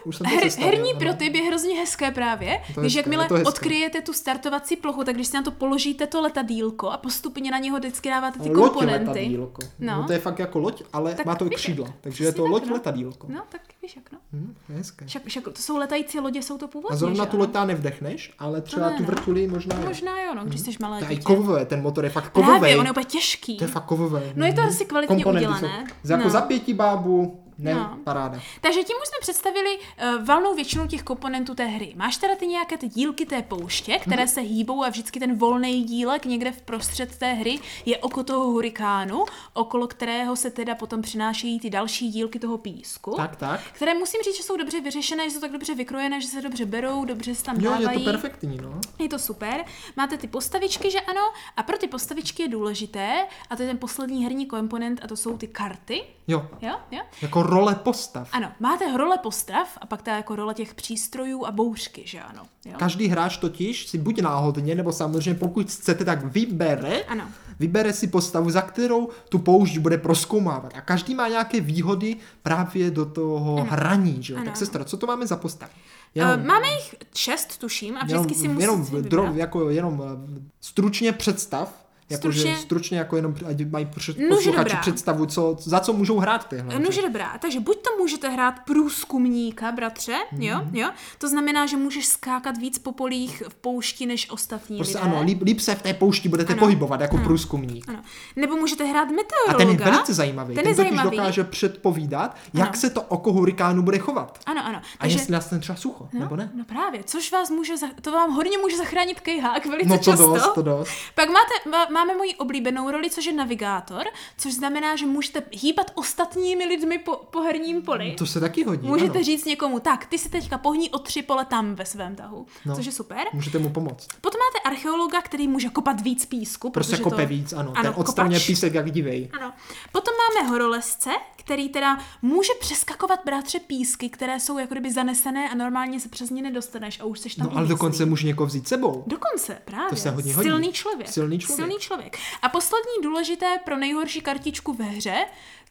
[SPEAKER 1] Už jsem to
[SPEAKER 2] Her,
[SPEAKER 1] sestavil,
[SPEAKER 2] herní
[SPEAKER 1] ano.
[SPEAKER 2] pro typ je hrozně hezké právě,
[SPEAKER 1] no, to
[SPEAKER 2] když
[SPEAKER 1] hezké,
[SPEAKER 2] jakmile
[SPEAKER 1] je to hezké.
[SPEAKER 2] odkryjete tu startovací plochu, tak když si na to položíte to letadílko a postupně na něho vždycky dáváte ty
[SPEAKER 1] loď
[SPEAKER 2] komponenty.
[SPEAKER 1] letadílko.
[SPEAKER 2] No.
[SPEAKER 1] No. no. to je fakt jako loď, ale
[SPEAKER 2] Tak
[SPEAKER 1] má to i
[SPEAKER 2] víš,
[SPEAKER 1] křídla.
[SPEAKER 2] jak-
[SPEAKER 1] Takže je to
[SPEAKER 2] přesně tak,
[SPEAKER 1] loď
[SPEAKER 2] no.
[SPEAKER 1] letadílko.
[SPEAKER 2] No, tak víš jak, no.
[SPEAKER 1] Hm, to je hezké.
[SPEAKER 2] Však, však to jsou letající lodě, jsou to původně,
[SPEAKER 1] A zrovna
[SPEAKER 2] že
[SPEAKER 1] tu
[SPEAKER 2] ano?
[SPEAKER 1] loď tá nevdechneš, ale třeba
[SPEAKER 2] ne,
[SPEAKER 1] tu
[SPEAKER 2] no.
[SPEAKER 1] vrtuli možná.
[SPEAKER 2] No
[SPEAKER 1] jo.
[SPEAKER 2] Možná jo, no, když jsi malé
[SPEAKER 1] To je i
[SPEAKER 2] dítě.
[SPEAKER 1] kovové, ten motor je fakt kovový.
[SPEAKER 2] Právě, on je úplně těžký.
[SPEAKER 1] To je fakt kovové.
[SPEAKER 2] No je to
[SPEAKER 1] Mhm.
[SPEAKER 2] asi kvalitně
[SPEAKER 1] Komponenty
[SPEAKER 2] udělané.
[SPEAKER 1] Jsou, jako
[SPEAKER 2] No.
[SPEAKER 1] za pěti bábu, ne,
[SPEAKER 2] No.
[SPEAKER 1] paráda.
[SPEAKER 2] Takže tím už jsme představili uh, valnou většinu těch komponentů té hry. Máš teda ty nějaké ty dílky té pouště, které
[SPEAKER 1] Mhm.
[SPEAKER 2] se hýbou a vždycky ten volný dílek někde v prostřed té hry je oko toho hurikánu, okolo kterého se teda potom přinášejí ty další dílky toho písku.
[SPEAKER 1] Tak, tak.
[SPEAKER 2] Které musím říct, že jsou dobře vyřešené, že jsou tak dobře vykrojené, že se dobře berou, dobře se tam
[SPEAKER 1] Jo, je
[SPEAKER 2] dávají.
[SPEAKER 1] to perfektní, no.
[SPEAKER 2] Je to super. Máte ty postavičky, že ano? A pro ty postavičky je důležité, a to je ten poslední herní komponent, a to jsou ty karty.
[SPEAKER 1] Jo,
[SPEAKER 2] Jo, jo.
[SPEAKER 1] jako role postav.
[SPEAKER 2] Ano, máte role postav a pak ta jako role těch přístrojů a bouřky, že ano? Jo?
[SPEAKER 1] Každý hráč totiž si buď náhodně, nebo samozřejmě pokud chcete, tak vybere,
[SPEAKER 2] Ano.
[SPEAKER 1] vybere si postavu, za kterou tu poušť bude proskoumávat. A každý má nějaké výhody právě do toho ano. hraní, že jo?
[SPEAKER 2] Ano,
[SPEAKER 1] Tak
[SPEAKER 2] ano.
[SPEAKER 1] sestro, co to máme za postav?
[SPEAKER 2] Eh, Máme jich šest, tuším, a vždycky si musíte
[SPEAKER 1] jenom,
[SPEAKER 2] vybrat.
[SPEAKER 1] dro, jako, jenom eh, stručně představ, jako,
[SPEAKER 2] Stručně.
[SPEAKER 1] stručně. Že, stručně jako jenom, ať mají před-
[SPEAKER 2] Nuže
[SPEAKER 1] posluchači
[SPEAKER 2] dobrá.
[SPEAKER 1] představu, co, za co můžou hrát tyhle.
[SPEAKER 2] No,
[SPEAKER 1] že?
[SPEAKER 2] že dobrá, takže buď to můžete hrát průzkumníka, bratře,
[SPEAKER 1] Mhm.
[SPEAKER 2] jo, jo, to znamená, že můžeš skákat víc po polích v poušti než ostatní
[SPEAKER 1] Prostě
[SPEAKER 2] lidé.
[SPEAKER 1] ano, líp, líp se v té poušti budete
[SPEAKER 2] Ano. Hm.
[SPEAKER 1] ano. pohybovat jako ano. průzkumník.
[SPEAKER 2] Ano. Nebo můžete hrát
[SPEAKER 1] A
[SPEAKER 2] meteorologa.
[SPEAKER 1] ten je velice zajímavý.
[SPEAKER 2] Ten,
[SPEAKER 1] Ten,
[SPEAKER 2] je
[SPEAKER 1] totiž
[SPEAKER 2] zajímavý.
[SPEAKER 1] dokáže předpovídat, jak
[SPEAKER 2] Ano.
[SPEAKER 1] se to oko hurikánu bude chovat.
[SPEAKER 2] Ano, ano.
[SPEAKER 1] A jestli nastane třeba sucho,
[SPEAKER 2] no,
[SPEAKER 1] nebo ne?
[SPEAKER 2] No právě, což vás může, za, to vám hodně může zachránit kejhák velice
[SPEAKER 1] No to
[SPEAKER 2] často.
[SPEAKER 1] dost, to dost.
[SPEAKER 2] Pak máte, má, máme moji oblíbenou roli, což je navigátor, což znamená, že můžete hýbat ostatními lidmi po, po herním poli.
[SPEAKER 1] To se taky hodí.
[SPEAKER 2] Můžete
[SPEAKER 1] ano.
[SPEAKER 2] říct někomu, tak, ty si teďka pohní o tři pole tam ve svém tahu,
[SPEAKER 1] No.
[SPEAKER 2] což je super.
[SPEAKER 1] Můžete mu pomoct.
[SPEAKER 2] Potom máte archeologa, který může kopat víc písku.
[SPEAKER 1] Prostě
[SPEAKER 2] protože
[SPEAKER 1] kope
[SPEAKER 2] to...
[SPEAKER 1] víc, ano.
[SPEAKER 2] Ano,
[SPEAKER 1] ten odstraňuje
[SPEAKER 2] kopač.
[SPEAKER 1] písek jak divej.
[SPEAKER 2] Ano. Potom máme horolezce, který teda může přeskakovat bratře písky, které jsou jako kdyby zanesené a normálně se přes ně nedostaneš a už seš tam
[SPEAKER 1] No ale
[SPEAKER 2] umístěn.
[SPEAKER 1] dokonce může někoho vzít sebou.
[SPEAKER 2] Dokonce, právě.
[SPEAKER 1] To se hodně hodí.
[SPEAKER 2] Silný člověk.
[SPEAKER 1] Silný člověk.
[SPEAKER 2] Silný člověk. A poslední důležité pro nejhorší kartičku ve hře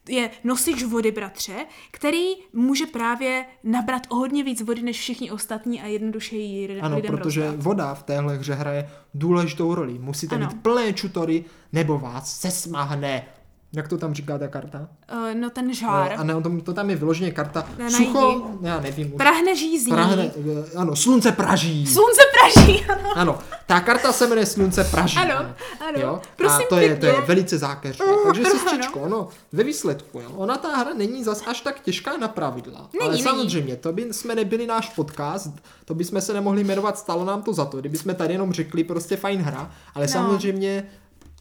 [SPEAKER 2] je nosič vody, bratře, který může právě nabrat o hodně víc vody než všichni ostatní a jednoduše ji lidem
[SPEAKER 1] Ano, protože
[SPEAKER 2] rozdát.
[SPEAKER 1] voda v téhle hře hraje důležitou roli. Musíte
[SPEAKER 2] Ano.
[SPEAKER 1] ano. mít plné čutory, nebo vás sesmahne. Jak to tam říká ta karta?
[SPEAKER 2] Eh, no ten žár.
[SPEAKER 1] A ne, on tam- to tam je vyloženě karta.
[SPEAKER 2] Ne,
[SPEAKER 1] Sucho, já nevím. už.
[SPEAKER 2] Prahne žízní.
[SPEAKER 1] Prahne, eh, ano, slunce praží.
[SPEAKER 2] Slunce praží, ano.
[SPEAKER 1] Ano, ta karta se jmenuje Slunce praží.
[SPEAKER 2] Ano, ano.
[SPEAKER 1] Jo?
[SPEAKER 2] Prosím
[SPEAKER 1] a to je, to je
[SPEAKER 2] pěkně.
[SPEAKER 1] velice zákeřné. Takže
[SPEAKER 2] ano.
[SPEAKER 1] sestřičko, ono, ve výsledku, jo, ona ta hra není zas až tak těžká na pravidla.
[SPEAKER 2] Není,
[SPEAKER 1] ale
[SPEAKER 2] není.
[SPEAKER 1] samozřejmě, to by jsme nebyli náš podcast, to by jsme se nemohli jmenovat, stalo nám to za to, kdyby jsme tady jenom řekli prostě fajn hra, ale
[SPEAKER 2] No.
[SPEAKER 1] samozřejmě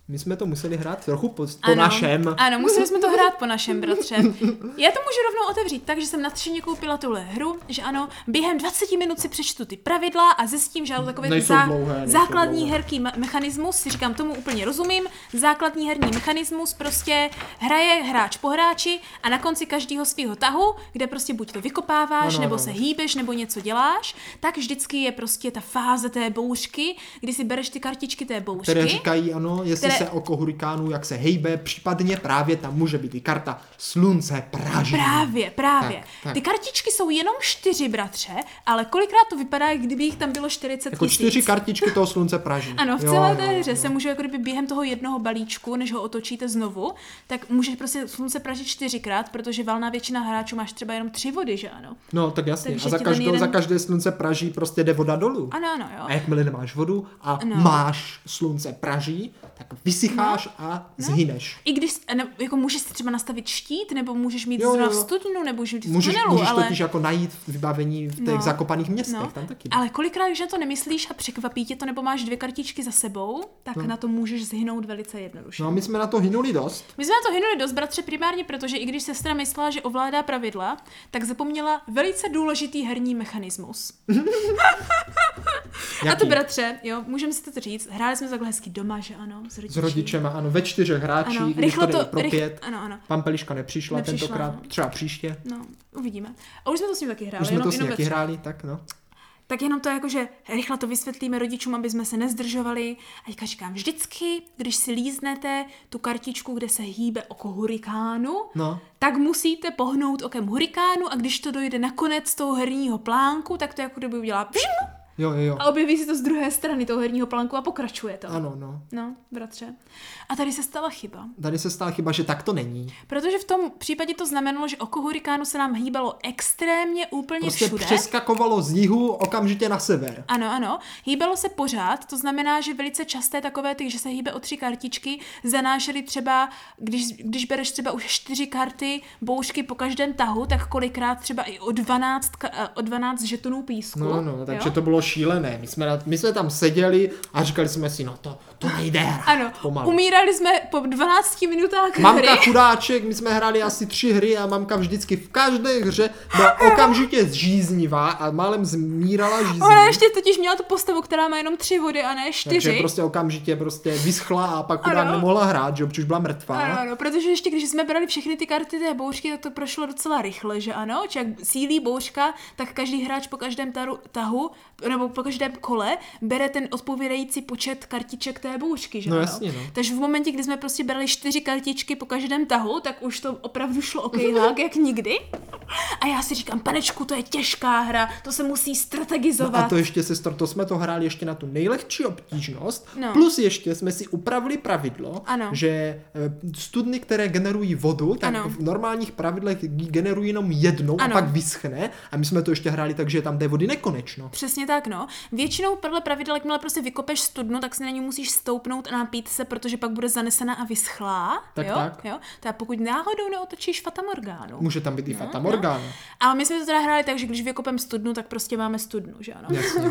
[SPEAKER 1] my jsme to museli hrát trochu po, po
[SPEAKER 2] Ano,
[SPEAKER 1] našem.
[SPEAKER 2] Ano, museli jsme to hrát po našem, bratře. Já to můžu rovnou otevřít tak, že jsem nadšeně koupila tuhle hru, že ano, během 20 minut si přečtu ty pravidla a zjistím, že ano, takový ten
[SPEAKER 1] Nejsou
[SPEAKER 2] zá-
[SPEAKER 1] dlouhé, nejsou
[SPEAKER 2] základní
[SPEAKER 1] dlouhé.
[SPEAKER 2] herký me- mechanismus, si říkám, tomu úplně rozumím, základní herní mechanismus, prostě hraje hráč po hráči a na konci každého svého tahu, kde prostě buď to vykopáváš,
[SPEAKER 1] Ano,
[SPEAKER 2] nebo
[SPEAKER 1] ano.
[SPEAKER 2] se hýbeš, nebo něco děláš, tak vždycky je prostě ta fáze té bouřky, kdy si bereš ty kartičky té bouřky
[SPEAKER 1] Které říkají, ano, jestli
[SPEAKER 2] které
[SPEAKER 1] se oko hurikánů, jak se hejbe, případně právě tam může být i karta slunce, praží.
[SPEAKER 2] Právě, právě.
[SPEAKER 1] Mhm. Tak, tak.
[SPEAKER 2] Ty kartičky jsou jenom čtyři, bratře, ale kolikrát to vypadá, jak kdyby jich tam bylo 40
[SPEAKER 1] Jako
[SPEAKER 2] tisíc.
[SPEAKER 1] čtyři kartičky toho slunce praží.
[SPEAKER 2] Ano, v
[SPEAKER 1] Jo,
[SPEAKER 2] celé
[SPEAKER 1] jo,
[SPEAKER 2] té
[SPEAKER 1] jo.
[SPEAKER 2] hře se může jako kdyby během toho jednoho balíčku, než ho otočíte znovu, tak může prostě slunce pražit čtyřikrát, protože valná většina hráčů máš třeba jenom tři vody, že ano?
[SPEAKER 1] No, tak jasně.
[SPEAKER 2] Takže
[SPEAKER 1] a za,
[SPEAKER 2] ti ten
[SPEAKER 1] každou,
[SPEAKER 2] jeden-
[SPEAKER 1] za každé slunce praží prostě jde voda dolů.
[SPEAKER 2] Ano, ano, jo.
[SPEAKER 1] A jakmile nemáš vodu a
[SPEAKER 2] No.
[SPEAKER 1] máš slunce praží, tak vysycháš a
[SPEAKER 2] No.
[SPEAKER 1] zhyneš.
[SPEAKER 2] I když, ne, jako můžeš si třeba nastavit štít, nebo můžeš mít
[SPEAKER 1] Jo, jo,
[SPEAKER 2] zrovna
[SPEAKER 1] jo.
[SPEAKER 2] v studnu, nebo můžeš mít v
[SPEAKER 1] Můžeš,
[SPEAKER 2] tunelu,
[SPEAKER 1] můžeš
[SPEAKER 2] ale...
[SPEAKER 1] totiž jako najít v vybavení v těch
[SPEAKER 2] No.
[SPEAKER 1] zakopaných městech,
[SPEAKER 2] No,
[SPEAKER 1] tam taky.
[SPEAKER 2] ale kolikrát, že to nemyslíš a překvapí tě to, nebo máš dvě kartičky za sebou, tak na to můžeš zhynout velice jednoduše.
[SPEAKER 1] No a my jsme na to hynuli dost.
[SPEAKER 2] My jsme na to hynuli dost, bratře, primárně protože i když sestra myslela, že ovládá pravidla, tak zapomněla velice důležitý herní mechanismus. A to,
[SPEAKER 1] Jaký?
[SPEAKER 2] bratře, jo, můžeme si to říct, hráli jsme takhle hezky doma, že ano, s rodiči.
[SPEAKER 1] S rodičema, ano, ve čtyřech hráčích,
[SPEAKER 2] Ano,
[SPEAKER 1] když
[SPEAKER 2] rychle
[SPEAKER 1] to,
[SPEAKER 2] to,
[SPEAKER 1] to pro
[SPEAKER 2] rychle-
[SPEAKER 1] pět.
[SPEAKER 2] ano, ano.
[SPEAKER 1] Pan Peliška nepřišla,
[SPEAKER 2] Nepřišla,
[SPEAKER 1] tentokrát,
[SPEAKER 2] no.
[SPEAKER 1] třeba příště.
[SPEAKER 2] No, uvidíme. A už jsme to s ním taky hráli.
[SPEAKER 1] Už jsme
[SPEAKER 2] jenom,
[SPEAKER 1] to s
[SPEAKER 2] jenom
[SPEAKER 1] nějaký
[SPEAKER 2] ve-
[SPEAKER 1] hráli, tak no.
[SPEAKER 2] Tak jenom to jako, že rychle to vysvětlíme rodičům, aby jsme se nezdržovali. A teďka říkám, vždycky, když si líznete tu kartičku, kde se hýbe oko hurikánu,
[SPEAKER 1] No.
[SPEAKER 2] tak musíte pohnout okem hurikánu a když to dojde na konec toho herního plánku, tak to jako kdyby udělá pšim
[SPEAKER 1] Jo, jo, jo.
[SPEAKER 2] a objeví se to z druhé strany toho herního plánku a pokračuje to.
[SPEAKER 1] Ano, no.
[SPEAKER 2] No, bratře. A tady se stala chyba.
[SPEAKER 1] Tady se stala chyba, že tak to není.
[SPEAKER 2] Protože v tom případě to znamenalo, že oko hurikánu se nám hýbalo extrémně úplně
[SPEAKER 1] Prostě
[SPEAKER 2] všude.
[SPEAKER 1] přeskakovalo z jihu okamžitě na sever.
[SPEAKER 2] Ano, ano. Hýbalo se pořád, to znamená, že velice časté takové ty, že se hýbe o tři kartičky, zanášely třeba, když, když bereš třeba už čtyři karty bouřky po každém tahu, tak kolikrát třeba i o 12, ka- eh, o 12 žetonů písku.
[SPEAKER 1] No, no, takže
[SPEAKER 2] jo?
[SPEAKER 1] to bylo šílené. My jsme, na, my jsme tam seděli a říkali jsme si, no to, to nejde hrát
[SPEAKER 2] Ano,
[SPEAKER 1] pomalu.
[SPEAKER 2] umírali jsme po 12 minutách hry.
[SPEAKER 1] Mamka chudáček, my jsme hráli asi tři hry a mamka vždycky v každé hře byla okamžitě žíznivá a málem zmírala žízní.
[SPEAKER 2] Ona ještě totiž měla tu postavu, která má jenom tři vody a ne čtyři.
[SPEAKER 1] Takže prostě okamžitě prostě vyschla a pak chudá
[SPEAKER 2] Ano.
[SPEAKER 1] nemohla hrát, že jo, protože už byla mrtvá.
[SPEAKER 2] Ano, ano, protože ještě když jsme brali všechny ty karty té bouřky, tak to prošlo docela rychle, že ano? Či jak sílí bouřka, tak každý hráč po každém taru, tahu, nebo po každém kole, bere ten odpovídající počet kartiček té bouřky, že
[SPEAKER 1] No
[SPEAKER 2] ano?
[SPEAKER 1] jasně, no.
[SPEAKER 2] Takže v momentě, kdy jsme prostě brali čtyři kartičky po každém tahu, tak už to opravdu šlo okejlák jak nikdy. A já si říkám, panečku, to je těžká hra, to se musí strategizovat.
[SPEAKER 1] No A to ještě, sestro, to jsme to hráli ještě na tu nejlehčí obtížnost,
[SPEAKER 2] No.
[SPEAKER 1] no. plus ještě jsme si upravili pravidlo,
[SPEAKER 2] Ano.
[SPEAKER 1] že eh, studny, které generují vodu, tak
[SPEAKER 2] Ano.
[SPEAKER 1] v normálních pravidlech ji generují jenom jednou
[SPEAKER 2] Ano.
[SPEAKER 1] a pak vyschne a my jsme to ještě hráli tak, že je tam té vody nekonečno.
[SPEAKER 2] Přesně tak, no. Většinou podle pravidel, jakmile prostě vykopeš studnu, tak si na ní musíš stoupnout a napít se, protože pak bude zanesená a vyschlá.
[SPEAKER 1] Tak,
[SPEAKER 2] jo?
[SPEAKER 1] tak.
[SPEAKER 2] jo. Teda pokud náhodou neotočíš Fatamorgánu.
[SPEAKER 1] Může tam
[SPEAKER 2] No.
[SPEAKER 1] být i Fata Morgana.
[SPEAKER 2] A my jsme to teda hráli tak, že když vykopem studnu, tak prostě máme studnu, že ano?
[SPEAKER 1] Jasně.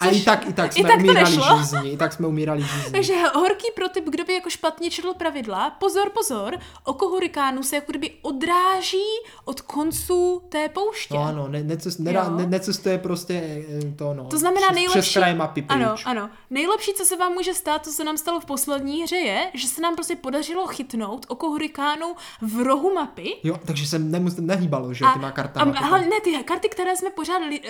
[SPEAKER 1] A i tak, i tak
[SPEAKER 2] i
[SPEAKER 1] jsme
[SPEAKER 2] tak to
[SPEAKER 1] umírali
[SPEAKER 2] nešlo.
[SPEAKER 1] žízni, i tak jsme umírali žízni.
[SPEAKER 2] Takže horký protip, kdo by jako špatně četl pravidla, pozor, pozor, oko hurikánu se jako kdyby odráží od konců té pouště.
[SPEAKER 1] No ano, ne, neces, nedá,
[SPEAKER 2] Jo.
[SPEAKER 1] ne, necestuje prostě eh, to no.
[SPEAKER 2] To znamená
[SPEAKER 1] přes,
[SPEAKER 2] nejlepší...
[SPEAKER 1] Přes kraje mapy pryč.
[SPEAKER 2] Ano, ano. Nejlepší, co se vám může stát, co se nám stalo v poslední hře, je, že se nám prostě podařilo chytnout oko hurikánu v rohu mapy.
[SPEAKER 1] Jo, takže se nemus, nehýbalo, že
[SPEAKER 2] A,
[SPEAKER 1] ty má karta.
[SPEAKER 2] a hlavně ne, ty karty, které jsme pořád li, uh,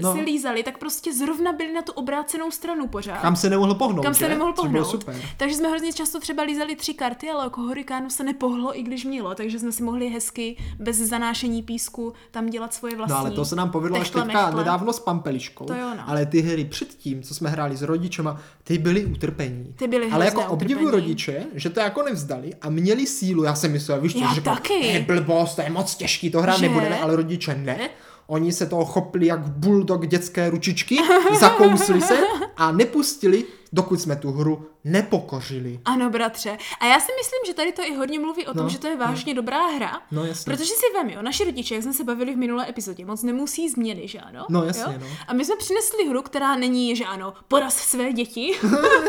[SPEAKER 1] No.
[SPEAKER 2] si lízali, tak prostě zrovna byly na tu obrácenou stranu pořád.
[SPEAKER 1] Kam se nemohl pohnout,
[SPEAKER 2] Kam se
[SPEAKER 1] že?
[SPEAKER 2] nemohl
[SPEAKER 1] Což
[SPEAKER 2] pohnout.
[SPEAKER 1] bylo super. No,
[SPEAKER 2] Takže jsme hrozně často třeba lízali tři karty, ale oko hurikánu se nepohlo, i když mělo, takže jsme si mohli hezky bez zanášení písku tam dělat svoje vlastní.
[SPEAKER 1] No ale to se nám povedlo až
[SPEAKER 2] Techtle,
[SPEAKER 1] teďka
[SPEAKER 2] mechtle.
[SPEAKER 1] nedávno s Pampeliškou,
[SPEAKER 2] Vlastně To jo, no.
[SPEAKER 1] ale ty hry předtím, co jsme hráli s rodičema, ty byly utrpení.
[SPEAKER 2] Ty byly
[SPEAKER 1] ale
[SPEAKER 2] hrozné
[SPEAKER 1] jako obdivu
[SPEAKER 2] utrpení.
[SPEAKER 1] rodiče, že to jako nevzdali a měli sílu, já jsem myslel, víš co,
[SPEAKER 2] Já
[SPEAKER 1] že říkal,
[SPEAKER 2] taky.
[SPEAKER 1] je blbost, to je moc těžký, to hrát
[SPEAKER 2] Že?
[SPEAKER 1] nebudeme, ale rodiče ne. Oni se toho chopli jak bulldog dětské ručičky, zakousli se a nepustili, dokud jsme tu hru nepokořili.
[SPEAKER 2] Ano, bratře. A já si myslím, že tady to i hodně mluví o tom,
[SPEAKER 1] No,
[SPEAKER 2] že to je vážně dobrá hra.
[SPEAKER 1] No, jasně.
[SPEAKER 2] Protože si vem, jo, naši rodiče, jak jsme se bavili v minulé epizodě, moc nemusí změny, že ano?
[SPEAKER 1] No, jasně,
[SPEAKER 2] jo?
[SPEAKER 1] no.
[SPEAKER 2] A my jsme přinesli hru, která není, že ano, poraz své děti,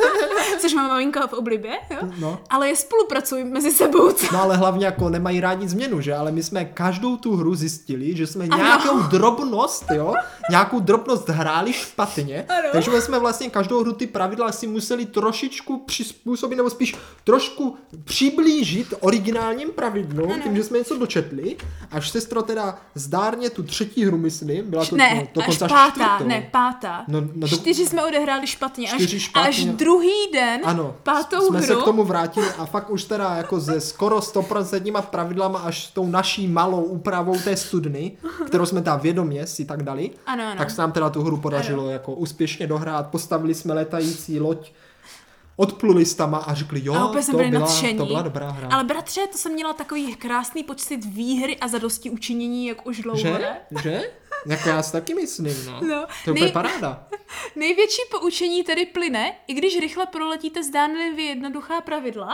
[SPEAKER 2] což má maminka v oblibě, jo?
[SPEAKER 1] No.
[SPEAKER 2] Ale je spolupracuj mezi sebou. Co?
[SPEAKER 1] No ale hlavně jako nemají rádi změnu, že? Ale my jsme každou tu hru zjistili, že jsme
[SPEAKER 2] Ano.
[SPEAKER 1] nějakou drobnost, jo? Nějakou drobnost hráli špatně.
[SPEAKER 2] Ano.
[SPEAKER 1] Takže my jsme vlastně každou hru ty pravidla si museli trošičku přizpůsobit, nebo spíš trošku přiblížit originálním pravidlům,
[SPEAKER 2] Ano.
[SPEAKER 1] tím, že jsme něco dočetli. Až sestro teda zdárně tu třetí hru, myslím, byla to
[SPEAKER 2] ne,
[SPEAKER 1] no,
[SPEAKER 2] až
[SPEAKER 1] dokonce až,
[SPEAKER 2] pátá,
[SPEAKER 1] čtvrtou.
[SPEAKER 2] ne, pátá.
[SPEAKER 1] No, no, do-
[SPEAKER 2] Čtyři jsme odehráli špatně, až,
[SPEAKER 1] Čtyři špatně.
[SPEAKER 2] až druhý den,
[SPEAKER 1] Ano,
[SPEAKER 2] pátou
[SPEAKER 1] jsme
[SPEAKER 2] hru.
[SPEAKER 1] se k tomu vrátili a fakt už teda jako ze skoro 100% pravidlama až s tou naší malou úpravou té studny, kterou jsme tam vědomě si tak dali,
[SPEAKER 2] Ano, ano.
[SPEAKER 1] tak se nám teda tu hru podařilo ano. jako úspěšně dohrát, postavili jsme letající loď, odpluli s tama a řekli jo,
[SPEAKER 2] a úplně jsme
[SPEAKER 1] to,
[SPEAKER 2] byli
[SPEAKER 1] byla,
[SPEAKER 2] nadšení.
[SPEAKER 1] to byla dobrá hra.
[SPEAKER 2] Ale bratře, to jsem měla takový krásný počet výhry a zadosti učinění, jak už dlouho,
[SPEAKER 1] že?
[SPEAKER 2] ne?
[SPEAKER 1] Že? Jako já si taky myslím, no.
[SPEAKER 2] No,
[SPEAKER 1] to je úplně
[SPEAKER 2] nej-
[SPEAKER 1] paráda.
[SPEAKER 2] Největší poučení tedy plyne, i když rychle proletíte zdánlivě jednoduchá pravidla,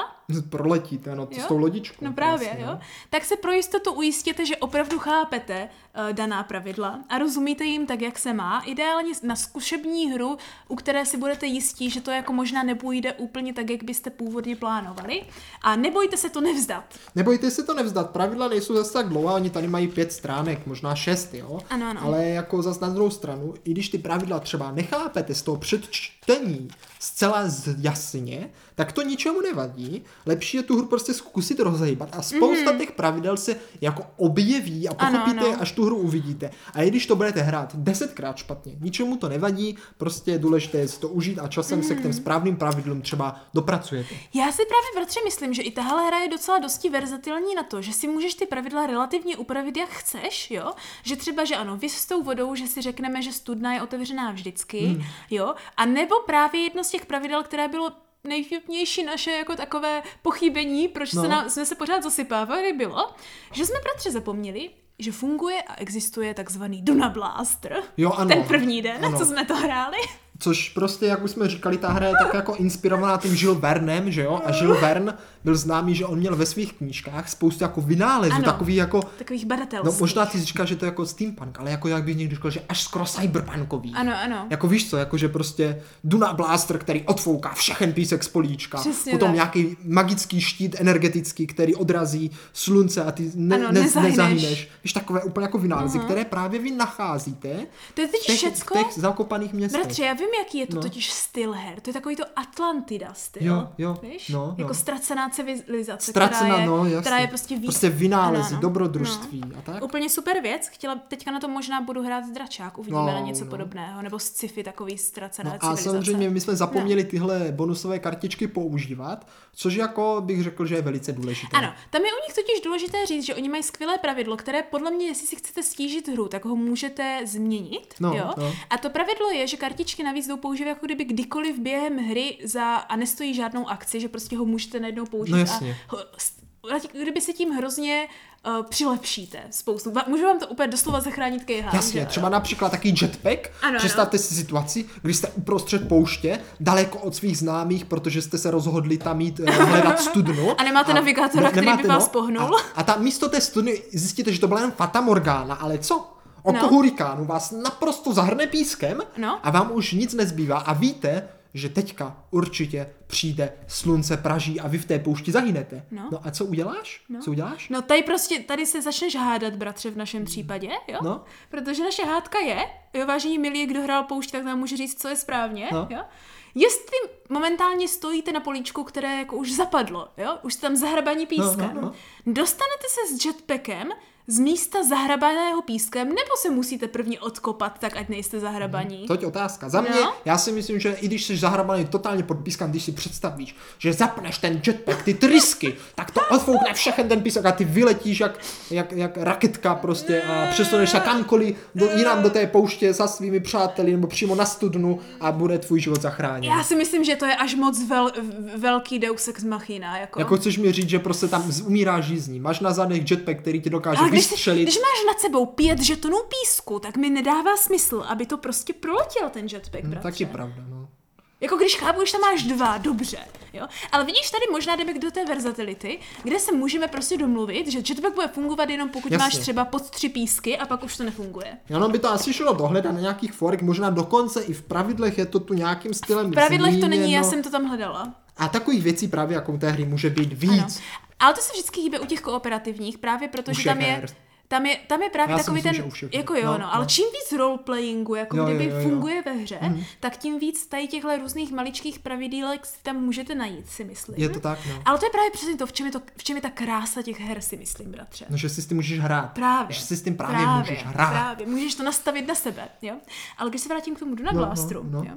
[SPEAKER 1] Proletíte, no, to
[SPEAKER 2] Jo?
[SPEAKER 1] s tou lodičkou.
[SPEAKER 2] No právě,
[SPEAKER 1] jasně,
[SPEAKER 2] jo. Tak se pro jistotu ujistěte, že opravdu chápete uh, daná pravidla a rozumíte jim tak, jak se má. Ideálně na zkušební hru, u které si budete jistí, že to jako možná nepůjde úplně tak, jak byste původně plánovali. A nebojte se to nevzdat.
[SPEAKER 1] Nebojte se to nevzdat, pravidla nejsou zase tak dlouhá, oni tady mají pět stránek, možná šest, jo?
[SPEAKER 2] Ano, ano.
[SPEAKER 1] Ale jako zase na druhou stranu, i když ty pravidla třeba nechápete z toho předčtení zcela z- jasně, tak to ničemu nevadí. Lepší je tu hru prostě zkusit rozhýbat a spousta mm-hmm. těch pravidel se jako objeví a
[SPEAKER 2] Mhm. Ano,
[SPEAKER 1] pochopíte,
[SPEAKER 2] ano.
[SPEAKER 1] je, až tu hru uvidíte. A i když to budete hrát desetkrát špatně, ničemu to nevadí, prostě je důležité si to užít a časem mm-hmm. se k
[SPEAKER 2] Mhm.
[SPEAKER 1] těm správným pravidlům třeba dopracujete.
[SPEAKER 2] Já si právě bratře myslím, že i tahle hra je docela dosti verzatilní na to, že si můžeš ty pravidla relativně upravit, jak chceš, jo? Že třeba, že ano, vy s tou vodou, že si řekneme, že studna je otevřená vždycky, hmm. jo? A nebo právě jedno z těch pravidel, které bylo nejvtipnější naše jako takové pochybení, proč no.
[SPEAKER 1] No.
[SPEAKER 2] se nám, jsme se pořád zasypávali, bylo, že jsme bratře zapomněli, že funguje a existuje takzvaný Duna Blaster.
[SPEAKER 1] Jo, ano.
[SPEAKER 2] Ten první den,
[SPEAKER 1] Ano.
[SPEAKER 2] co jsme to hráli.
[SPEAKER 1] Což prostě, jak už jsme říkali, ta hra je tak jako inspirovaná tím Žil Vernem, že jo? A Žil Vern byl známý, že on měl ve svých knížkách spoustu jako vynálezů,
[SPEAKER 2] Ano. vlastně-
[SPEAKER 1] takových jako...
[SPEAKER 2] Takových badatel.
[SPEAKER 1] No možná ty říkáš, že to je jako steampunk, ale jako jak by někdo řekl, že až skoro cyberpunkový.
[SPEAKER 2] Ano, ano.
[SPEAKER 1] Jako víš co, jako že prostě Duna Blaster, který odfouká všechen písek z políčka,
[SPEAKER 2] Přesně
[SPEAKER 1] potom
[SPEAKER 2] tak.
[SPEAKER 1] nějaký magický štít energetický, který odrazí slunce a ty ne,
[SPEAKER 2] Ano,
[SPEAKER 1] ne,
[SPEAKER 2] nezahyneš.
[SPEAKER 1] nezahyneš. Víš, takové úplně jako vynálezy, uh-huh. které právě vy nacházíte
[SPEAKER 2] To je
[SPEAKER 1] v
[SPEAKER 2] totiž
[SPEAKER 1] těch,
[SPEAKER 2] všecko-
[SPEAKER 1] v těch zakopaných městech.
[SPEAKER 2] Bratře, já vím, jaký je to
[SPEAKER 1] No.
[SPEAKER 2] no. totiž styl her. To je takový to Atlantida styl.
[SPEAKER 1] Jo, jo,
[SPEAKER 2] Víš?
[SPEAKER 1] no,
[SPEAKER 2] jako
[SPEAKER 1] no.
[SPEAKER 2] ztracená civilizace, která,
[SPEAKER 1] Ztracená,
[SPEAKER 2] je,
[SPEAKER 1] no, jasně.
[SPEAKER 2] která je prostě víc.
[SPEAKER 1] Prostě vynálezy,
[SPEAKER 2] Ano,
[SPEAKER 1] ano,
[SPEAKER 2] ano.
[SPEAKER 1] dobrodružství no. a tak.
[SPEAKER 2] No. Úplně super věc. Chtěla, teďka na to možná budu hrát dračák, uvidíme
[SPEAKER 1] No,
[SPEAKER 2] no, na něco
[SPEAKER 1] no.
[SPEAKER 2] no. podobného. Nebo sci-fi takový ztracená
[SPEAKER 1] No a
[SPEAKER 2] civilizace.
[SPEAKER 1] samozřejmě my jsme zapomněli tyhle bonusové kartičky používat, což jako bych řekl, že je velice důležité.
[SPEAKER 2] Ano, tam je u nich totiž důležité říct, že oni mají skvělé pravidlo, které podle mě, jestli si chcete stížit hru, tak ho můžete změnit.
[SPEAKER 1] No,
[SPEAKER 2] jo?
[SPEAKER 1] no.
[SPEAKER 2] A to pravidlo je, že kartičky navíc jdou použít jako kdyby kdykoliv během hry za, a nestojí žádnou akci, že prostě ho můžete najednou použít.
[SPEAKER 1] No, jasně.
[SPEAKER 2] A ho, s- kdyby se tím hrozně uh, přilepšíte spoustu. Va- Můžu vám to úplně doslova zachránit kejhám.
[SPEAKER 1] Jasně,
[SPEAKER 2] že jo?
[SPEAKER 1] třeba například takový jetpack.
[SPEAKER 2] Ano,
[SPEAKER 1] Představte si situaci, kdy jste uprostřed pouště, daleko od svých známých, protože jste se rozhodli tam jít eh, hledat studnu.
[SPEAKER 2] A nemáte navigátora, který by vás pohnul?
[SPEAKER 1] no. A, a tam místo té studny zjistíte, že to byla jen Fata Morgana, ale co? Oko
[SPEAKER 2] No.
[SPEAKER 1] no. hurikánu vás naprosto zahrne pískem
[SPEAKER 2] No.
[SPEAKER 1] a vám už nic nezbývá a víte, že teďka určitě přijde slunce praží a vy v té poušti zahynete.
[SPEAKER 2] No.
[SPEAKER 1] no a co uděláš? No. Co uděláš?
[SPEAKER 2] No tady prostě, tady se začneš hádat, bratře, v našem případě, jo?
[SPEAKER 1] Mm. No.
[SPEAKER 2] Protože naše hádka je, jo, vážení milí, kdo hrál poušť, tak nám může říct, co je správně,
[SPEAKER 1] No.
[SPEAKER 2] jo? Jestli momentálně stojíte na políčku, které jako už zapadlo, jo? Už jste tam zahrabaní pískem.
[SPEAKER 1] no, no.
[SPEAKER 2] Dostanete se s jetpackem z místa zahrabaného pískem, nebo se musíte první odkopat, tak ať nejste zahrabaní?
[SPEAKER 1] To je otázka. Za mě,
[SPEAKER 2] No.
[SPEAKER 1] já si myslím, že i když jsi zahrabaný totálně pod pískem, když si představíš, že zapneš ten jetpack, ty trysky, tak to odfoukne všechen ten písek a ty vyletíš jak, jak, jak raketka prostě a přesuneš se kamkoliv do, jinam do té pouště za svými přáteli nebo přímo na studnu a bude tvůj život zachráněn.
[SPEAKER 2] Já si myslím, že to je až moc vel, v- velký deus ex machina, jako.
[SPEAKER 1] Jako chceš mi říct, že prostě tam z- umíráš žízní, máš na zadech jetpack, který ti dokáže
[SPEAKER 2] Ale když, si,
[SPEAKER 1] vystřelit.
[SPEAKER 2] když máš nad sebou pět žetonů písku, tak mi nedává smysl, aby to prostě proletěl ten jetpack, bratře.
[SPEAKER 1] Taky pravda, no.
[SPEAKER 2] Jako když chápu, když tam máš dva, dobře, jo. Ale vidíš, tady možná jdeme do té versatility, kde se můžeme prostě domluvit, že jetpack bude fungovat jenom pokud
[SPEAKER 1] Jasně.
[SPEAKER 2] máš třeba pod tři písky a pak už to nefunguje.
[SPEAKER 1] Ano, by to asi šlo dohledat na nějakých forek, možná dokonce i v pravidlech je to tu nějakým stylem
[SPEAKER 2] V pravidlech to není, já
[SPEAKER 1] zmíněno.
[SPEAKER 2] jsem to tam hledala.
[SPEAKER 1] A takových věcí právě jako u té hry může být víc.
[SPEAKER 2] Ano. Ale to se vždycky hýbe u těch kooperativních, právě
[SPEAKER 1] U
[SPEAKER 2] protože
[SPEAKER 1] všech
[SPEAKER 2] tam je...
[SPEAKER 1] her.
[SPEAKER 2] Tam je, tam je právě
[SPEAKER 1] Já si
[SPEAKER 2] takový
[SPEAKER 1] myslím, že u
[SPEAKER 2] ten,
[SPEAKER 1] všech je.
[SPEAKER 2] jako jo,
[SPEAKER 1] No,
[SPEAKER 2] no, ale
[SPEAKER 1] no.
[SPEAKER 2] čím víc roleplayingu, jako
[SPEAKER 1] Jo,
[SPEAKER 2] jo,
[SPEAKER 1] jo,
[SPEAKER 2] kdyby
[SPEAKER 1] jo, Mhm. jo.
[SPEAKER 2] funguje ve hře, mm. tak tím víc tady těchto různých maličkých pravidílek si tam můžete najít, si myslím.
[SPEAKER 1] Je to tak, no.
[SPEAKER 2] Ale to je právě přesně to, v čem je, to, v čem je ta krása těch her, si myslím, bratře.
[SPEAKER 1] No, že si s tím můžeš hrát.
[SPEAKER 2] Právě.
[SPEAKER 1] Že si s tím právě, můžeš hrát.
[SPEAKER 2] Právě, můžeš to nastavit na sebe, jo. Ale když se vrátím k tomu Duna
[SPEAKER 1] No, no,
[SPEAKER 2] Blastru,
[SPEAKER 1] no.
[SPEAKER 2] jo,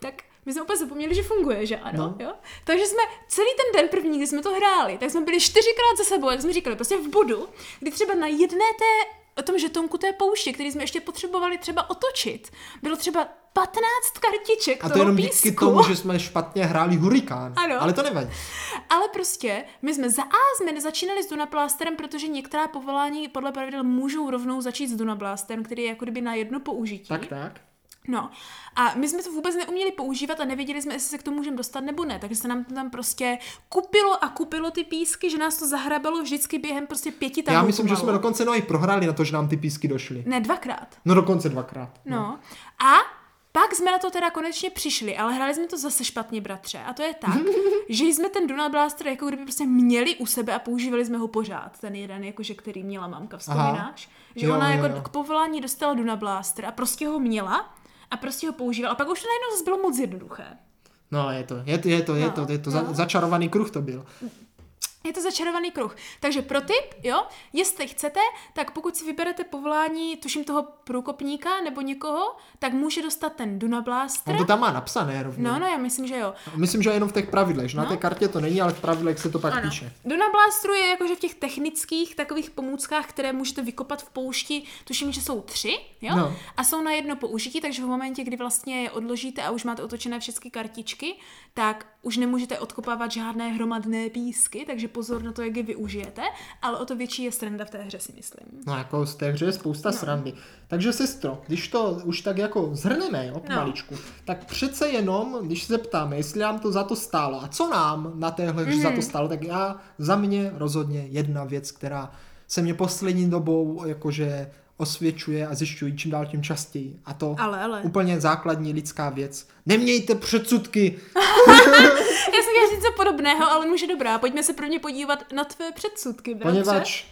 [SPEAKER 2] tak my jsme úplně zapomněli, že funguje, že ano,
[SPEAKER 1] No.
[SPEAKER 2] jo. Takže jsme celý ten den první, kdy jsme to hráli, tak jsme byli čtyřikrát za sebou, jak jsme říkali, prostě v bodu, kdy třeba na jedné té o tom žetonku té pouště, který jsme ještě potřebovali třeba otočit, bylo třeba 15 kartiček
[SPEAKER 1] A to
[SPEAKER 2] toho
[SPEAKER 1] jenom
[SPEAKER 2] písku.
[SPEAKER 1] díky tomu, že jsme špatně hráli hurikán.
[SPEAKER 2] Ano.
[SPEAKER 1] Ale to nevadí.
[SPEAKER 2] Ale prostě, my jsme za A jsme nezačínali s Dunablásterem, protože některá povolání podle pravidel můžou rovnou začít s Dunablásterem, který je jako kdyby na jedno použití.
[SPEAKER 1] Tak, tak.
[SPEAKER 2] No. A my jsme to vůbec neuměli používat a nevěděli jsme, jestli se k tomu můžeme dostat nebo ne. Takže se nám to tam prostě kupilo a kupilo ty písky, že nás to zahrabalo vždycky během prostě pěti tahů
[SPEAKER 1] Já myslím, že
[SPEAKER 2] pomalu.
[SPEAKER 1] jsme dokonce no i prohráli na to, že nám ty písky došly.
[SPEAKER 2] Ne, dvakrát.
[SPEAKER 1] No dokonce dvakrát.
[SPEAKER 2] No. A pak jsme na to teda konečně přišli, ale hráli jsme to zase špatně, bratře. A to je tak, že jsme ten Dunal Blaster jako kdyby prostě měli u sebe a používali jsme ho pořád. Ten jeden, jakože který měla mamka, vzpomínáš?
[SPEAKER 1] Aha.
[SPEAKER 2] Že
[SPEAKER 1] Jo,
[SPEAKER 2] ona
[SPEAKER 1] jo,
[SPEAKER 2] jako
[SPEAKER 1] jo.
[SPEAKER 2] k povolání dostala Dunal Blaster a prostě ho měla a prostě ho používala. A pak už to najednou zase bylo moc jednoduché.
[SPEAKER 1] No je to, je to, je to, je to, je to za,
[SPEAKER 2] No.
[SPEAKER 1] začarovaný kruh to byl.
[SPEAKER 2] Je to začarovaný kruh. Takže pro tip, jo, jestli chcete, tak pokud si vyberete povolání, tuším toho průkopníka nebo někoho, tak může dostat ten Dunabláster.
[SPEAKER 1] On to tam má napsané rovnou.
[SPEAKER 2] No, no, já myslím, že jo.
[SPEAKER 1] Myslím, že jenom v těch pravidlech, že na té kartě to není, ale v pravidlech se to pak
[SPEAKER 2] Ano.
[SPEAKER 1] píše.
[SPEAKER 2] Dunablástru je jakože v těch technických takových pomůckách, které můžete vykopat v poušti, tuším, že jsou tři, jo?
[SPEAKER 1] No.
[SPEAKER 2] A jsou na jedno použití, takže v momentě, kdy vlastně je odložíte a už máte otočené všechny kartičky, tak už nemůžete odkopávat žádné hromadné písky, takže pozor na to, jak je využijete, ale o to větší je sranda v té hře, si myslím.
[SPEAKER 1] No jako z té hře je spousta no. srandy. Takže sestro, když to už tak jako zhrneme, jo, pomaličku, no. tak přece jenom, když se ptáme, jestli nám to za to stálo a co nám na téhle hře mm.
[SPEAKER 2] Mhm.
[SPEAKER 1] za to stálo, tak já za mě rozhodně jedna věc, která se mě poslední dobou jakože osvědčuje a zjišťuji čím dál tím častěji. A to
[SPEAKER 2] Ale, ale.
[SPEAKER 1] úplně základní lidská věc. Nemějte předsudky.
[SPEAKER 2] Já jsem chtěla říct něco podobného, ale může dobrá, pojďme se prvně podívat na tvé předsudky, bratře.
[SPEAKER 1] Poněvadž,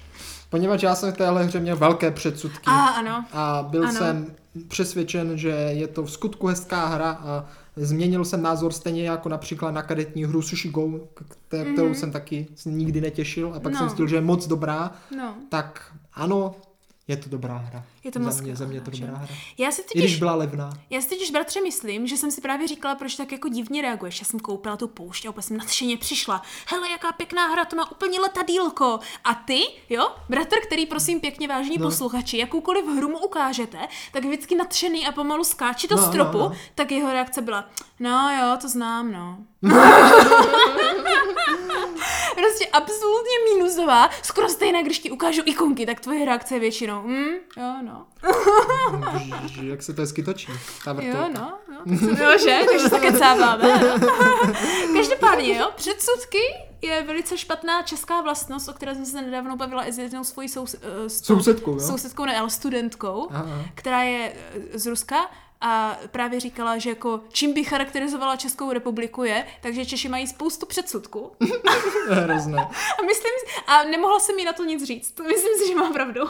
[SPEAKER 1] poněvadž já jsem v téhle hře měl velké předsudky.
[SPEAKER 2] A ano.
[SPEAKER 1] A byl ano.
[SPEAKER 2] Ano.
[SPEAKER 1] jsem přesvědčen, že je to v skutku hezká hra a změnil jsem názor stejně jako například na kadetní hru Sushi Go, k- té- kterou mm-hmm. jsem taky nikdy netěšil a pak no.
[SPEAKER 2] Mhm. No.
[SPEAKER 1] jsem zjistil, že je moc dobrá.
[SPEAKER 2] No.
[SPEAKER 1] Tak ano, je to dobrá hra.
[SPEAKER 2] Je to
[SPEAKER 1] za
[SPEAKER 2] moc
[SPEAKER 1] mě, za mě je to
[SPEAKER 2] skvělá
[SPEAKER 1] dobrá
[SPEAKER 2] hra,
[SPEAKER 1] hra.
[SPEAKER 2] Já si
[SPEAKER 1] I
[SPEAKER 2] totiž...
[SPEAKER 1] když byla levná.
[SPEAKER 2] Já si totiž, bratře, myslím, že jsem si právě říkala, proč tak jako divně reaguješ. Já jsem koupila tu poušť a úplně jsem nadšeně přišla. Hele, jaká pěkná hra, to má úplně letadílko. A ty, jo, bratr, který prosím pěkně vážní
[SPEAKER 1] No.
[SPEAKER 2] no. posluchači, jakoukoliv hru mu ukážete, tak je vždycky nadšený a pomalu skáče do
[SPEAKER 1] No,
[SPEAKER 2] no,
[SPEAKER 1] no,
[SPEAKER 2] stropu, no,
[SPEAKER 1] no.
[SPEAKER 2] no. tak jeho reakce byla, no jo, to znám, no. Prostě absolutně minusová, skoro stejná, když ti ukážu ikonky, tak tvoje reakce je většinou, mm, jo, no.
[SPEAKER 1] Ježiš, Jak se to hezky točí, ta
[SPEAKER 2] Jo,
[SPEAKER 1] vrtulka.
[SPEAKER 2] no, no, tak se- jo, že? Takže se kecáváme. no. Každopádně, jo, předsudky je velice špatná česká vlastnost, o které jsem se nedávno bavila i s jednou svojí sous, eh, s-
[SPEAKER 1] Sousedkou, jo?
[SPEAKER 2] sousedkou, ne, ale studentkou,
[SPEAKER 1] Aha, aha.
[SPEAKER 2] která je eh, z Ruska a právě říkala, že jako čím by charakterizovala Českou republiku je, takže Češi mají spoustu předsudků.
[SPEAKER 1] Hrozné.
[SPEAKER 2] A myslím, a nemohla jsem jí na to nic říct. Myslím si, že má pravdu.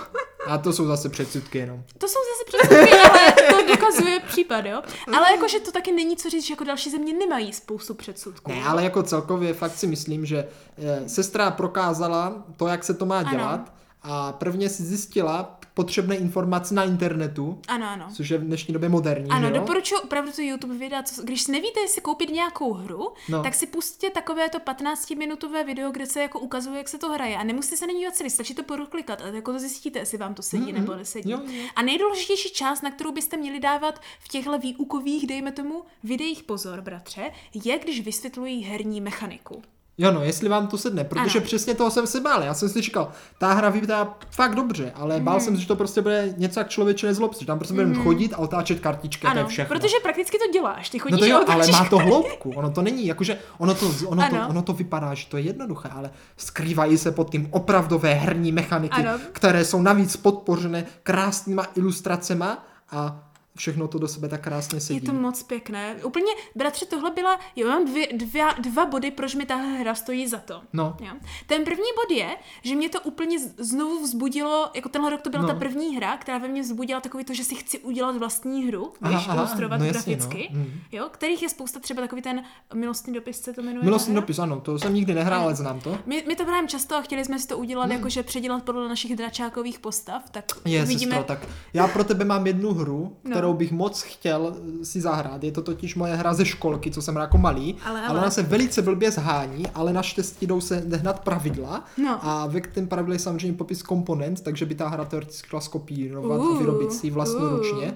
[SPEAKER 1] A to jsou zase předsudky jenom.
[SPEAKER 2] To jsou zase předsudky, ale to dokazuje případ, jo? Ale jakože to taky není co říct, že jako další země nemají spoustu předsudků.
[SPEAKER 1] Ne, ale jako celkově fakt si myslím, že eh, sestra prokázala to, jak se to má
[SPEAKER 2] Ano.
[SPEAKER 1] dělat a prvně si zjistila potřebné informace na internetu,
[SPEAKER 2] Ano, ano.
[SPEAKER 1] což je v dnešní době moderní,
[SPEAKER 2] Ano,
[SPEAKER 1] že jo?
[SPEAKER 2] doporučuji opravdu tu YouTube videa, co, když si nevíte, jestli koupit nějakou hru,
[SPEAKER 1] No.
[SPEAKER 2] no. tak si pustíte takové to 15-minutové video, kde se jako ukazuje, jak se to hraje. A nemusíte se na ní dívat celý, stačí to proklikat a jako to zjistíte, jestli vám to sedí mm-hmm. nebo nesedí.
[SPEAKER 1] Mhm, Jo, jo.
[SPEAKER 2] A nejdůležitější část, na kterou byste měli dávat v těchto výukových, dejme tomu, videích pozor, bratře, je, když vysvětlují herní mechaniku.
[SPEAKER 1] Jo, no, jestli vám to sedne, protože ano.
[SPEAKER 2] Ano.
[SPEAKER 1] přesně toho jsem se bál. Já jsem si říkal, ta hra vypadá fakt dobře, ale bál
[SPEAKER 2] Mhm.
[SPEAKER 1] jsem se, že to prostě bude něco jak člověče nezlob, se, že tam prostě budeme chodit a otáčet kartičky, a to je
[SPEAKER 2] ano,
[SPEAKER 1] všechno.
[SPEAKER 2] protože prakticky to děláš. Ty
[SPEAKER 1] No
[SPEAKER 2] chodíš
[SPEAKER 1] to jo,
[SPEAKER 2] a
[SPEAKER 1] ale
[SPEAKER 2] otáčíš
[SPEAKER 1] má to hloubku. Ono to není, jakože ono to, ono, to,
[SPEAKER 2] Ano.
[SPEAKER 1] ono to vypadá, že to je jednoduché, ale skrývají se pod tím opravdové herní mechaniky,
[SPEAKER 2] Ano.
[SPEAKER 1] které jsou navíc podpořené krásnýma ilustracema a všechno to do sebe tak krásně sedí.
[SPEAKER 2] Je to moc pěkné. Úplně, bratře, tohle byla, jo, mám dvě, dva, dva body, proč mi tahle hra stojí za to.
[SPEAKER 1] No.
[SPEAKER 2] Jo. Ten první bod je, že mě to úplně z- znovu vzbudilo, jako tenhle rok to byla
[SPEAKER 1] No.
[SPEAKER 2] no. ta první hra, která ve mně vzbudila takový to, že si chci udělat vlastní hru,
[SPEAKER 1] Aha,
[SPEAKER 2] víš,
[SPEAKER 1] aha,
[SPEAKER 2] ilustrovat
[SPEAKER 1] no jasně,
[SPEAKER 2] graficky,
[SPEAKER 1] no. Mhm.
[SPEAKER 2] jo, kterých je spousta, třeba takový ten milostný dopis, se to jmenuje.
[SPEAKER 1] Milostný
[SPEAKER 2] ta hra?
[SPEAKER 1] dopis, ano, to jsem nikdy nehrál, ale znám to.
[SPEAKER 2] My, my to bráneme často a chtěli jsme si to udělat,
[SPEAKER 1] Mhm.
[SPEAKER 2] jakože předělat podle našich dračákových postav, tak
[SPEAKER 1] Je,
[SPEAKER 2] uvidíme.
[SPEAKER 1] sestro, tak já pro tebe mám jednu hru,
[SPEAKER 2] No.
[SPEAKER 1] kterou bych moc chtěl si zahrát. Je to totiž moje hra ze školky, co jsem hrál jako malý,
[SPEAKER 2] Ale,
[SPEAKER 1] ale
[SPEAKER 2] ale.
[SPEAKER 1] ona se velice blbě zhání, ale naštěstí jdou se hned pravidla
[SPEAKER 2] No.
[SPEAKER 1] a ve kterém pravidle je samozřejmě popis komponent, takže by ta hra teoreticky šla skopírovat a
[SPEAKER 2] Uh,
[SPEAKER 1] vyrobit si ji vlastnoručně.
[SPEAKER 2] uh.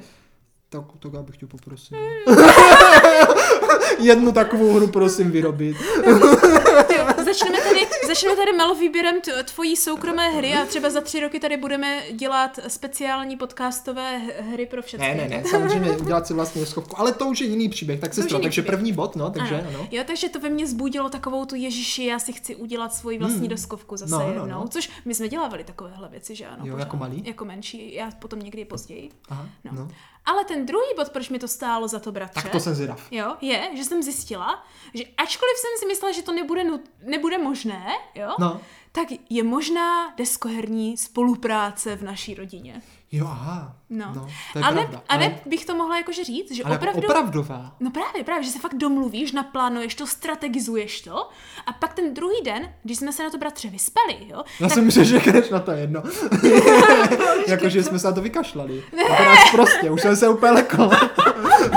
[SPEAKER 1] Tak to já bych tě poprosil. Jednu takovou hru prosím vyrobit.
[SPEAKER 2] Ty, začneme tady, začneme tady malo výběrem t- tvojí soukromé hry a třeba za tři roky tady budeme dělat speciální podcastové h- hry pro všechny.
[SPEAKER 1] Ne, ne, ne, samozřejmě udělat si vlastní schovku, ale to už je jiný příběh, tak
[SPEAKER 2] je
[SPEAKER 1] sestro,
[SPEAKER 2] jiný
[SPEAKER 1] takže
[SPEAKER 2] příběh.
[SPEAKER 1] první bod, no, takže ano.
[SPEAKER 2] Jo, takže to ve mně zbudilo takovou tu Ježiši, já si chci udělat svoji vlastní
[SPEAKER 1] Hmm.
[SPEAKER 2] doskovku zase
[SPEAKER 1] No, no,
[SPEAKER 2] jednou.
[SPEAKER 1] no.
[SPEAKER 2] Což my jsme dělávali takovéhle věci, že ano.
[SPEAKER 1] Jo, jako malí?
[SPEAKER 2] Jako menší, já potom někdy později.
[SPEAKER 1] Aha,
[SPEAKER 2] No.
[SPEAKER 1] no.
[SPEAKER 2] Ale ten druhý bod, proč mi to stálo za to, bratře,
[SPEAKER 1] Tak to jsem zvědav.
[SPEAKER 2] jo, je, že jsem zjistila, že ačkoliv jsem si myslela, že to nebude, nut, nebude možné, jo,
[SPEAKER 1] No.
[SPEAKER 2] tak je možná deskoherní spolupráce v naší rodině.
[SPEAKER 1] Jo, aha.
[SPEAKER 2] No.
[SPEAKER 1] no to je
[SPEAKER 2] a, ne,
[SPEAKER 1] pravda.
[SPEAKER 2] a ne bych to mohla jakože říct, že
[SPEAKER 1] ale jako
[SPEAKER 2] opravdu...
[SPEAKER 1] opravdová.
[SPEAKER 2] No právě, právě, že se fakt domluvíš, naplánuješ to, strategizuješ to a pak ten druhý den, když jsme se na to bratře vyspali, jo,
[SPEAKER 1] Já
[SPEAKER 2] tak
[SPEAKER 1] jsem myslel, že jdeš na to jedno. Jakože jsme se na to vykašlali. Ne. To nás prostě, už jsem se úplně lekl.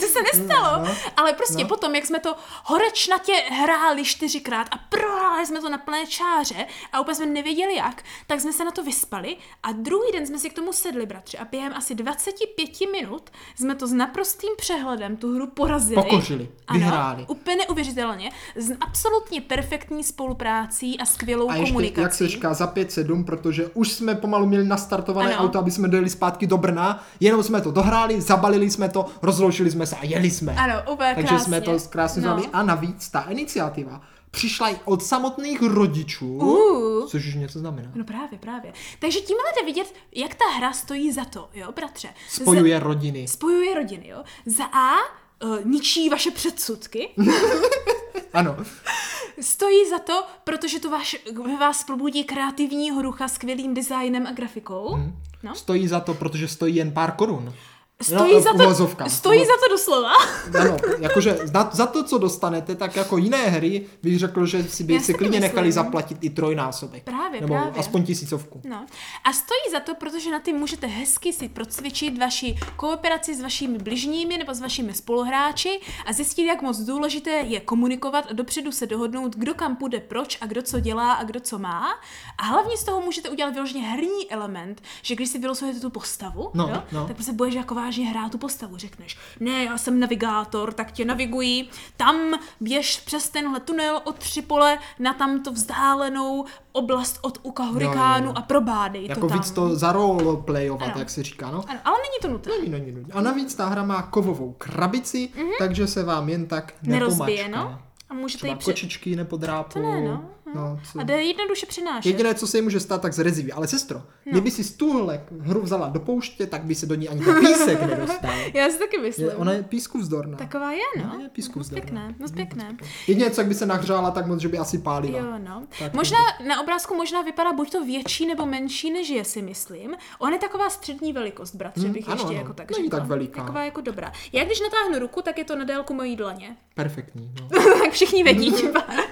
[SPEAKER 2] to se nestalo.
[SPEAKER 1] No,
[SPEAKER 2] Ale prostě
[SPEAKER 1] no.
[SPEAKER 2] potom, jak jsme to horečnatě hráli čtyřikrát a prohráli jsme to na plné čáře a úplně jsme nevěděli jak, tak jsme se na to vyspali a druhý den jsme si k tomu sedli, bratři, a během asi 25 minut jsme to s naprostým přehledem tu hru porazili.
[SPEAKER 1] Pokořili,
[SPEAKER 2] Ano,
[SPEAKER 1] vyhráli.
[SPEAKER 2] úplně neuvěřitelně, s absolutně perfektní spoluprací a skvělou
[SPEAKER 1] A ještě,
[SPEAKER 2] komunikací.
[SPEAKER 1] jak se říká, za 5-7, protože už jsme pomalu měli nastartované
[SPEAKER 2] Ano.
[SPEAKER 1] auto, aby jsme dojeli zpátky do Brna, jenom jsme to dohráli, zabalili jsme to, rozloučili jsme se a jeli jsme.
[SPEAKER 2] Ano, úplně
[SPEAKER 1] Takže
[SPEAKER 2] krásně.
[SPEAKER 1] jsme to krásně no. A navíc ta iniciativa přišla i od samotných rodičů,
[SPEAKER 2] Uh.
[SPEAKER 1] což už něco znamená.
[SPEAKER 2] No právě, právě. Takže tímhle jde vidět, jak ta hra stojí za to, jo, bratře. Z-
[SPEAKER 1] Spojuje rodiny.
[SPEAKER 2] spojuje rodiny, jo. Za A eh, ničí vaše předsudky.
[SPEAKER 1] Ano.
[SPEAKER 2] Stojí za to, protože to váš, ve vás probudí kreativního ducha skvělým designem a grafikou.
[SPEAKER 1] Mhm.
[SPEAKER 2] No.
[SPEAKER 1] Stojí za to, protože stojí jen pár korun.
[SPEAKER 2] Stojí,
[SPEAKER 1] no,
[SPEAKER 2] za
[SPEAKER 1] v
[SPEAKER 2] to,
[SPEAKER 1] uvozovkách.
[SPEAKER 2] stojí za to doslova.
[SPEAKER 1] Ano, jakože za, za to, co dostanete, tak jako jiné hry, bych řekl, že si by
[SPEAKER 2] Já
[SPEAKER 1] si
[SPEAKER 2] si to
[SPEAKER 1] klidně
[SPEAKER 2] myslím.
[SPEAKER 1] nechali zaplatit i trojnásobek.
[SPEAKER 2] Právě,
[SPEAKER 1] Nebo
[SPEAKER 2] právě.
[SPEAKER 1] aspoň tisícovku.
[SPEAKER 2] No. A stojí za to, protože na ty můžete hezky si procvičit vaši kooperaci s vašimi bližními nebo s vašimi spoluhráči a zjistit, jak moc důležité je komunikovat a dopředu se dohodnout, kdo kam půjde proč a kdo co dělá a kdo co má. A hlavně z toho můžete udělat vyloženě herní element, že když si vylosujete tu postavu,
[SPEAKER 1] No,
[SPEAKER 2] jo,
[SPEAKER 1] no.
[SPEAKER 2] tak prostě budeš jako vážně hrát tu postavu. Řekneš, ne, já jsem navigátor, tak tě naviguji, tam běž přes tenhle tunel od tři pole na tamto vzdálenou oblast
[SPEAKER 1] No,
[SPEAKER 2] od uka hurikánu
[SPEAKER 1] jo.
[SPEAKER 2] a probádej to
[SPEAKER 1] Jako
[SPEAKER 2] tam.
[SPEAKER 1] víc to za roleplayovat,
[SPEAKER 2] Ano.
[SPEAKER 1] jak se říká, no.
[SPEAKER 2] Ano, ale není to nutné.
[SPEAKER 1] Není, není, není. no. A navíc ta hra má kovovou krabici, mm-hmm. takže se vám jen tak
[SPEAKER 2] Mhm. Nerozbije,
[SPEAKER 1] nepomačká.
[SPEAKER 2] no. A můžete
[SPEAKER 1] Jako Třeba
[SPEAKER 2] ji při...
[SPEAKER 1] kočičky nepodrápou.
[SPEAKER 2] To ne, no.
[SPEAKER 1] no co?
[SPEAKER 2] A jde jednoduše přenášet.
[SPEAKER 1] Jediné, co se jí může stát, tak zreziví. Ale sestro, no. kdyby si tuhle hru vzala do pouště, tak by se do ní ani ten písek nedostal.
[SPEAKER 2] Já si taky myslím.
[SPEAKER 1] Je, ona je písku vzdorná.
[SPEAKER 2] Taková je, no.
[SPEAKER 1] Je písku
[SPEAKER 2] Moc
[SPEAKER 1] vzdorná.
[SPEAKER 2] pěkné, moc pěkné.
[SPEAKER 1] Jedině, co jak by se nahřála, tak moc, že by asi pálila.
[SPEAKER 2] Jo, no.
[SPEAKER 1] Tak
[SPEAKER 2] možná na obrázku možná vypadá buď to větší nebo menší, než je, si myslím. Ona je taková střední velikost, bratře,
[SPEAKER 1] Hmm,
[SPEAKER 2] bych
[SPEAKER 1] ano,
[SPEAKER 2] ještě
[SPEAKER 1] ano.
[SPEAKER 2] jako tak
[SPEAKER 1] Není
[SPEAKER 2] řekla.
[SPEAKER 1] tak veliká.
[SPEAKER 2] Taková jako dobrá. Já když natáhnu ruku, tak je to na délku mojí dlaně.
[SPEAKER 1] Perfektní. No.
[SPEAKER 2] tak všichni vědí. tím pádem.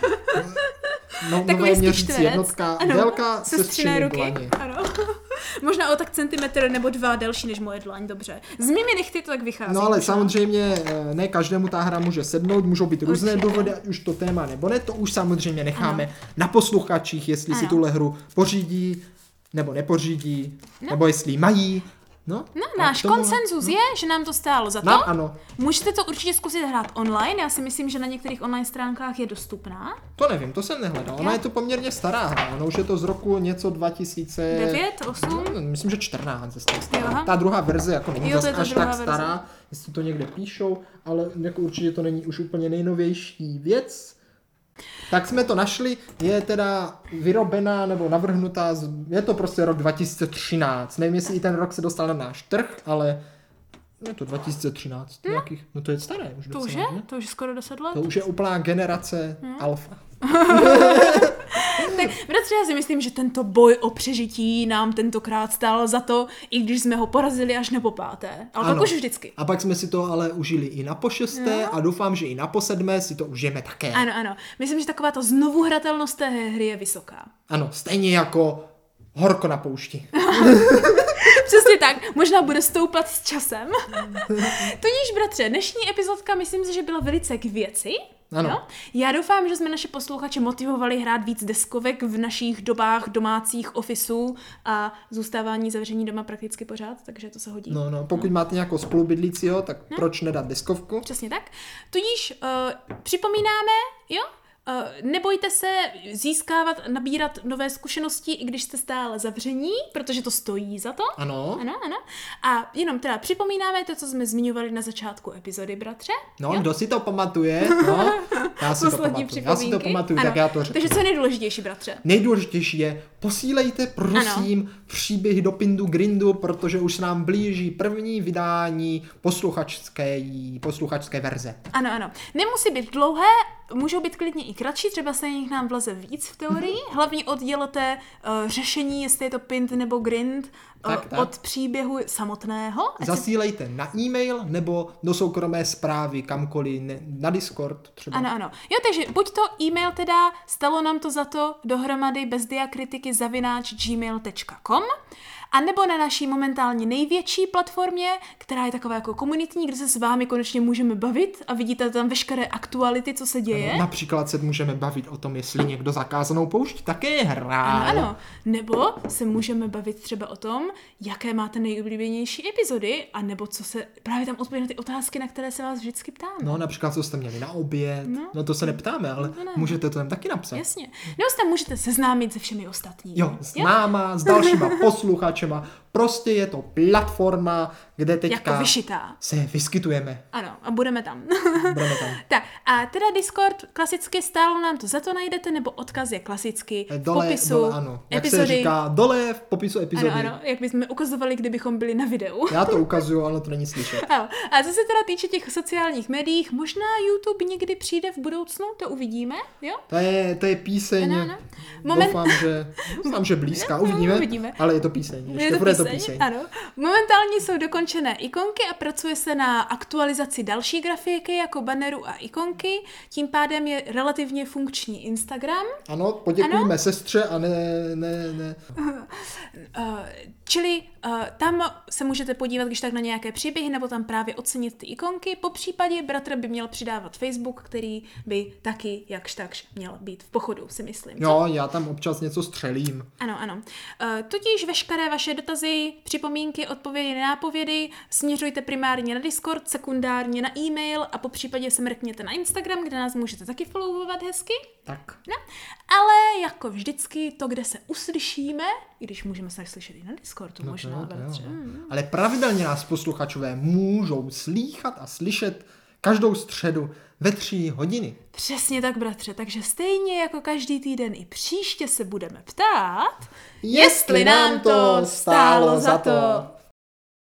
[SPEAKER 1] No,
[SPEAKER 2] Takový
[SPEAKER 1] nové
[SPEAKER 2] hezký
[SPEAKER 1] měřící
[SPEAKER 2] čtverec.
[SPEAKER 1] jednotka,
[SPEAKER 2] Ano,
[SPEAKER 1] délka
[SPEAKER 2] sestřiné
[SPEAKER 1] sestřiné
[SPEAKER 2] ruky.
[SPEAKER 1] dlaně.
[SPEAKER 2] Ano. možná o tak centimetr nebo dva delší než moje dlaň, dobře. Z mými nechty to tak vychází.
[SPEAKER 1] No ale
[SPEAKER 2] možná.
[SPEAKER 1] samozřejmě eh, ne každému ta hra může sednout, můžou být různé
[SPEAKER 2] Určitě.
[SPEAKER 1] důvody, ať už to téma nebo ne, to už samozřejmě necháme na posluchačích, jestli si
[SPEAKER 2] Ano.
[SPEAKER 1] tuhle hru pořídí nebo nepořídí, nebo jestli ji mají. No,
[SPEAKER 2] No,
[SPEAKER 1] tak
[SPEAKER 2] náš
[SPEAKER 1] tomu-
[SPEAKER 2] konsenzus je, že nám to stálo za to.
[SPEAKER 1] Nám No, ano,
[SPEAKER 2] Můžete to určitě zkusit hrát online, já si myslím, že na některých online stránkách je dostupná.
[SPEAKER 1] to nevím, to jsem nehledal. Ona
[SPEAKER 2] Já-
[SPEAKER 1] je to poměrně stará hra, ona už je to z roku něco 2000...
[SPEAKER 2] 9, 8?
[SPEAKER 1] No, Myslím, že 14 ze toho
[SPEAKER 2] Jo,
[SPEAKER 1] stará.
[SPEAKER 2] aha.
[SPEAKER 1] Ta druhá verze jako není
[SPEAKER 2] Jo, to
[SPEAKER 1] zas
[SPEAKER 2] je ta
[SPEAKER 1] až
[SPEAKER 2] druhá
[SPEAKER 1] tak
[SPEAKER 2] verze.
[SPEAKER 1] stará, jestli to někde píšou, ale jako určitě to není už úplně nejnovější věc. Tak jsme to našli, je teda vyrobená nebo navrhnutá, z- je to prostě rok 2013. Nevím, jestli i ten rok se dostal na náš trh, ale je to 2013, no, nějakých, no to je staré už
[SPEAKER 2] Hm? To už
[SPEAKER 1] docela,
[SPEAKER 2] je? Hm?
[SPEAKER 1] ne?
[SPEAKER 2] To už je skoro 10 let?
[SPEAKER 1] To už je úplná generace hmm. alfa.
[SPEAKER 2] Tak bratře, já si myslím, že tento boj o přežití nám tentokrát stál za to, i když jsme ho porazili až nebo páté. Ale
[SPEAKER 1] Ano.
[SPEAKER 2] tak už vždycky. No.
[SPEAKER 1] A pak jsme si to ale užili i na po šesté a doufám, že i na po sedmé si to užijeme také.
[SPEAKER 2] Ano, ano. Myslím, že taková ta znovuhratelnost té hry je vysoká.
[SPEAKER 1] Ano, stejně jako horko na poušti.
[SPEAKER 2] Přesně tak, možná bude stoupat s časem. Tudíž, bratře, dnešní epizodka myslím si, že byla velice k věci.
[SPEAKER 1] Ano.
[SPEAKER 2] Jo? Já doufám, že jsme naše posluchače motivovali hrát víc deskovek v našich dobách domácích ofisů a zůstávání zavření doma prakticky pořád, takže to se hodí.
[SPEAKER 1] No, no, pokud máte nějakou spolubydlícího, tak proč nedat deskovku?
[SPEAKER 2] Přesně tak. Tudíž uh, připomínáme, jo? Uh, nebojte se získávat, nabírat nové zkušenosti, i když jste stále zavření, protože to stojí za to.
[SPEAKER 1] Ano,
[SPEAKER 2] Ano, ano. A jenom teda připomínáme to, co jsme zmiňovali na začátku epizody, bratře.
[SPEAKER 1] no, kdo si to pamatuje? No, já si to
[SPEAKER 2] Poslední
[SPEAKER 1] pamatuju, já si to
[SPEAKER 2] připomínky.
[SPEAKER 1] pamatuju,
[SPEAKER 2] Ano.
[SPEAKER 1] tak já to řeknu.
[SPEAKER 2] Takže co je nejdůležitější, bratře?
[SPEAKER 1] Nejdůležitější je, posílejte prosím příběhy do Pindu Grindu, protože už se nám blíží první vydání posluchačské, posluchačské verze.
[SPEAKER 2] Ano, ano. Nemusí být dlouhé, můžou být klidně i kratší, třeba se jich nám vleze víc v teorii.
[SPEAKER 1] Mhm.
[SPEAKER 2] Hlavně oddělte uh, řešení, jestli je to pint nebo grind,
[SPEAKER 1] Tak,
[SPEAKER 2] eh,
[SPEAKER 1] tak.
[SPEAKER 2] od příběhu samotného. Ať se
[SPEAKER 1] Zasílejte na e-mail nebo do soukromé zprávy kamkoliv, ne, na Discord třeba.
[SPEAKER 2] Ano, ano. Jo, takže buď to e-mail teda, stalo nám to za to dohromady bez diakritiky zavináč gmail.com a nebo na naší momentálně největší platformě, která je taková jako komunitní, kde se s vámi konečně můžeme bavit a vidíte tam veškeré aktuality, co se děje.
[SPEAKER 1] No, například se můžeme bavit o tom, jestli někdo zakázanou poušť také hrál.
[SPEAKER 2] Ano, ano. Nebo se můžeme bavit třeba o tom, jaké máte nejoblíbenější epizody, a nebo co se právě tam odpovědět na ty otázky, na které se vás vždycky ptáme.
[SPEAKER 1] No, například, co jste měli na oběd. No, no to se neptáme, ale
[SPEAKER 2] ne.
[SPEAKER 1] můžete to tam taky napsat.
[SPEAKER 2] Jasně. Nebo se tam můžete seznámit se všemi ostatními.
[SPEAKER 1] Jo, s náma, s dalšíma posluchačema. Prostě je to platforma, kde teďka
[SPEAKER 2] Jako vyšitá.
[SPEAKER 1] se vyskytujeme.
[SPEAKER 2] Ano, a budeme tam.
[SPEAKER 1] Budeme tam.
[SPEAKER 2] tak, a teda Discord klasicky stálo nám to za to najdete, nebo odkaz je klasicky v
[SPEAKER 1] Eh, Dole,
[SPEAKER 2] popisu
[SPEAKER 1] dole, ano. Jak
[SPEAKER 2] epizody.
[SPEAKER 1] se říká, dole v popisu epizody.
[SPEAKER 2] ano, ano, jak bychom ukazovali, kdybychom byli na videu.
[SPEAKER 1] Já to ukazuju, ale to není slyšet.
[SPEAKER 2] Ano. A co se teda týče těch sociálních médiích, možná YouTube někdy přijde v budoucnu, to uvidíme, jo?
[SPEAKER 1] To je, to je píseň.
[SPEAKER 2] Ano, ano. Moment-
[SPEAKER 1] Doufám, že, doufám, že blízká. Uvidíme,
[SPEAKER 2] uvidíme.
[SPEAKER 1] ale je to píseň. Ještě
[SPEAKER 2] Je to
[SPEAKER 1] bude
[SPEAKER 2] píseň?
[SPEAKER 1] to píseň.
[SPEAKER 2] Ano. Momentálně jsou dokončené ikonky a pracuje se na aktualizaci další grafiky jako banneru a ikonky. Tím pádem je relativně funkční Instagram.
[SPEAKER 1] Ano, poděkujeme sestře a ne, ne, ne.
[SPEAKER 2] Uh, čili uh, tam se můžete podívat, když tak na nějaké příběhy, nebo tam právě ocenit ty ikonky. Po případě bratr by měl přidávat Facebook, který by taky jakž takž měl být v pochodu, si myslím.
[SPEAKER 1] Jo, No, já tam občas něco střelím.
[SPEAKER 2] Ano, ano. Uh, Tudíž veškeré vaše dotazy, připomínky, odpovědi, nápovědy směřujte primárně na Discord, sekundárně na e-mail a po případě se mrkněte na Instagram, kde nás můžete taky followovat hezky.
[SPEAKER 1] Tak.
[SPEAKER 2] No, ale jako vždycky to, kde se uslyšíme, i když můžeme se slyšet i na Discordu, no, možná,
[SPEAKER 1] to jo,
[SPEAKER 2] bratře.
[SPEAKER 1] no.
[SPEAKER 2] Mm.
[SPEAKER 1] Ale pravidelně nás posluchačové můžou slýchat a slyšet každou středu ve tři hodiny.
[SPEAKER 2] Přesně tak, bratře. Takže stejně jako každý týden i příště se budeme ptát,
[SPEAKER 1] Jestli nám to stálo za to.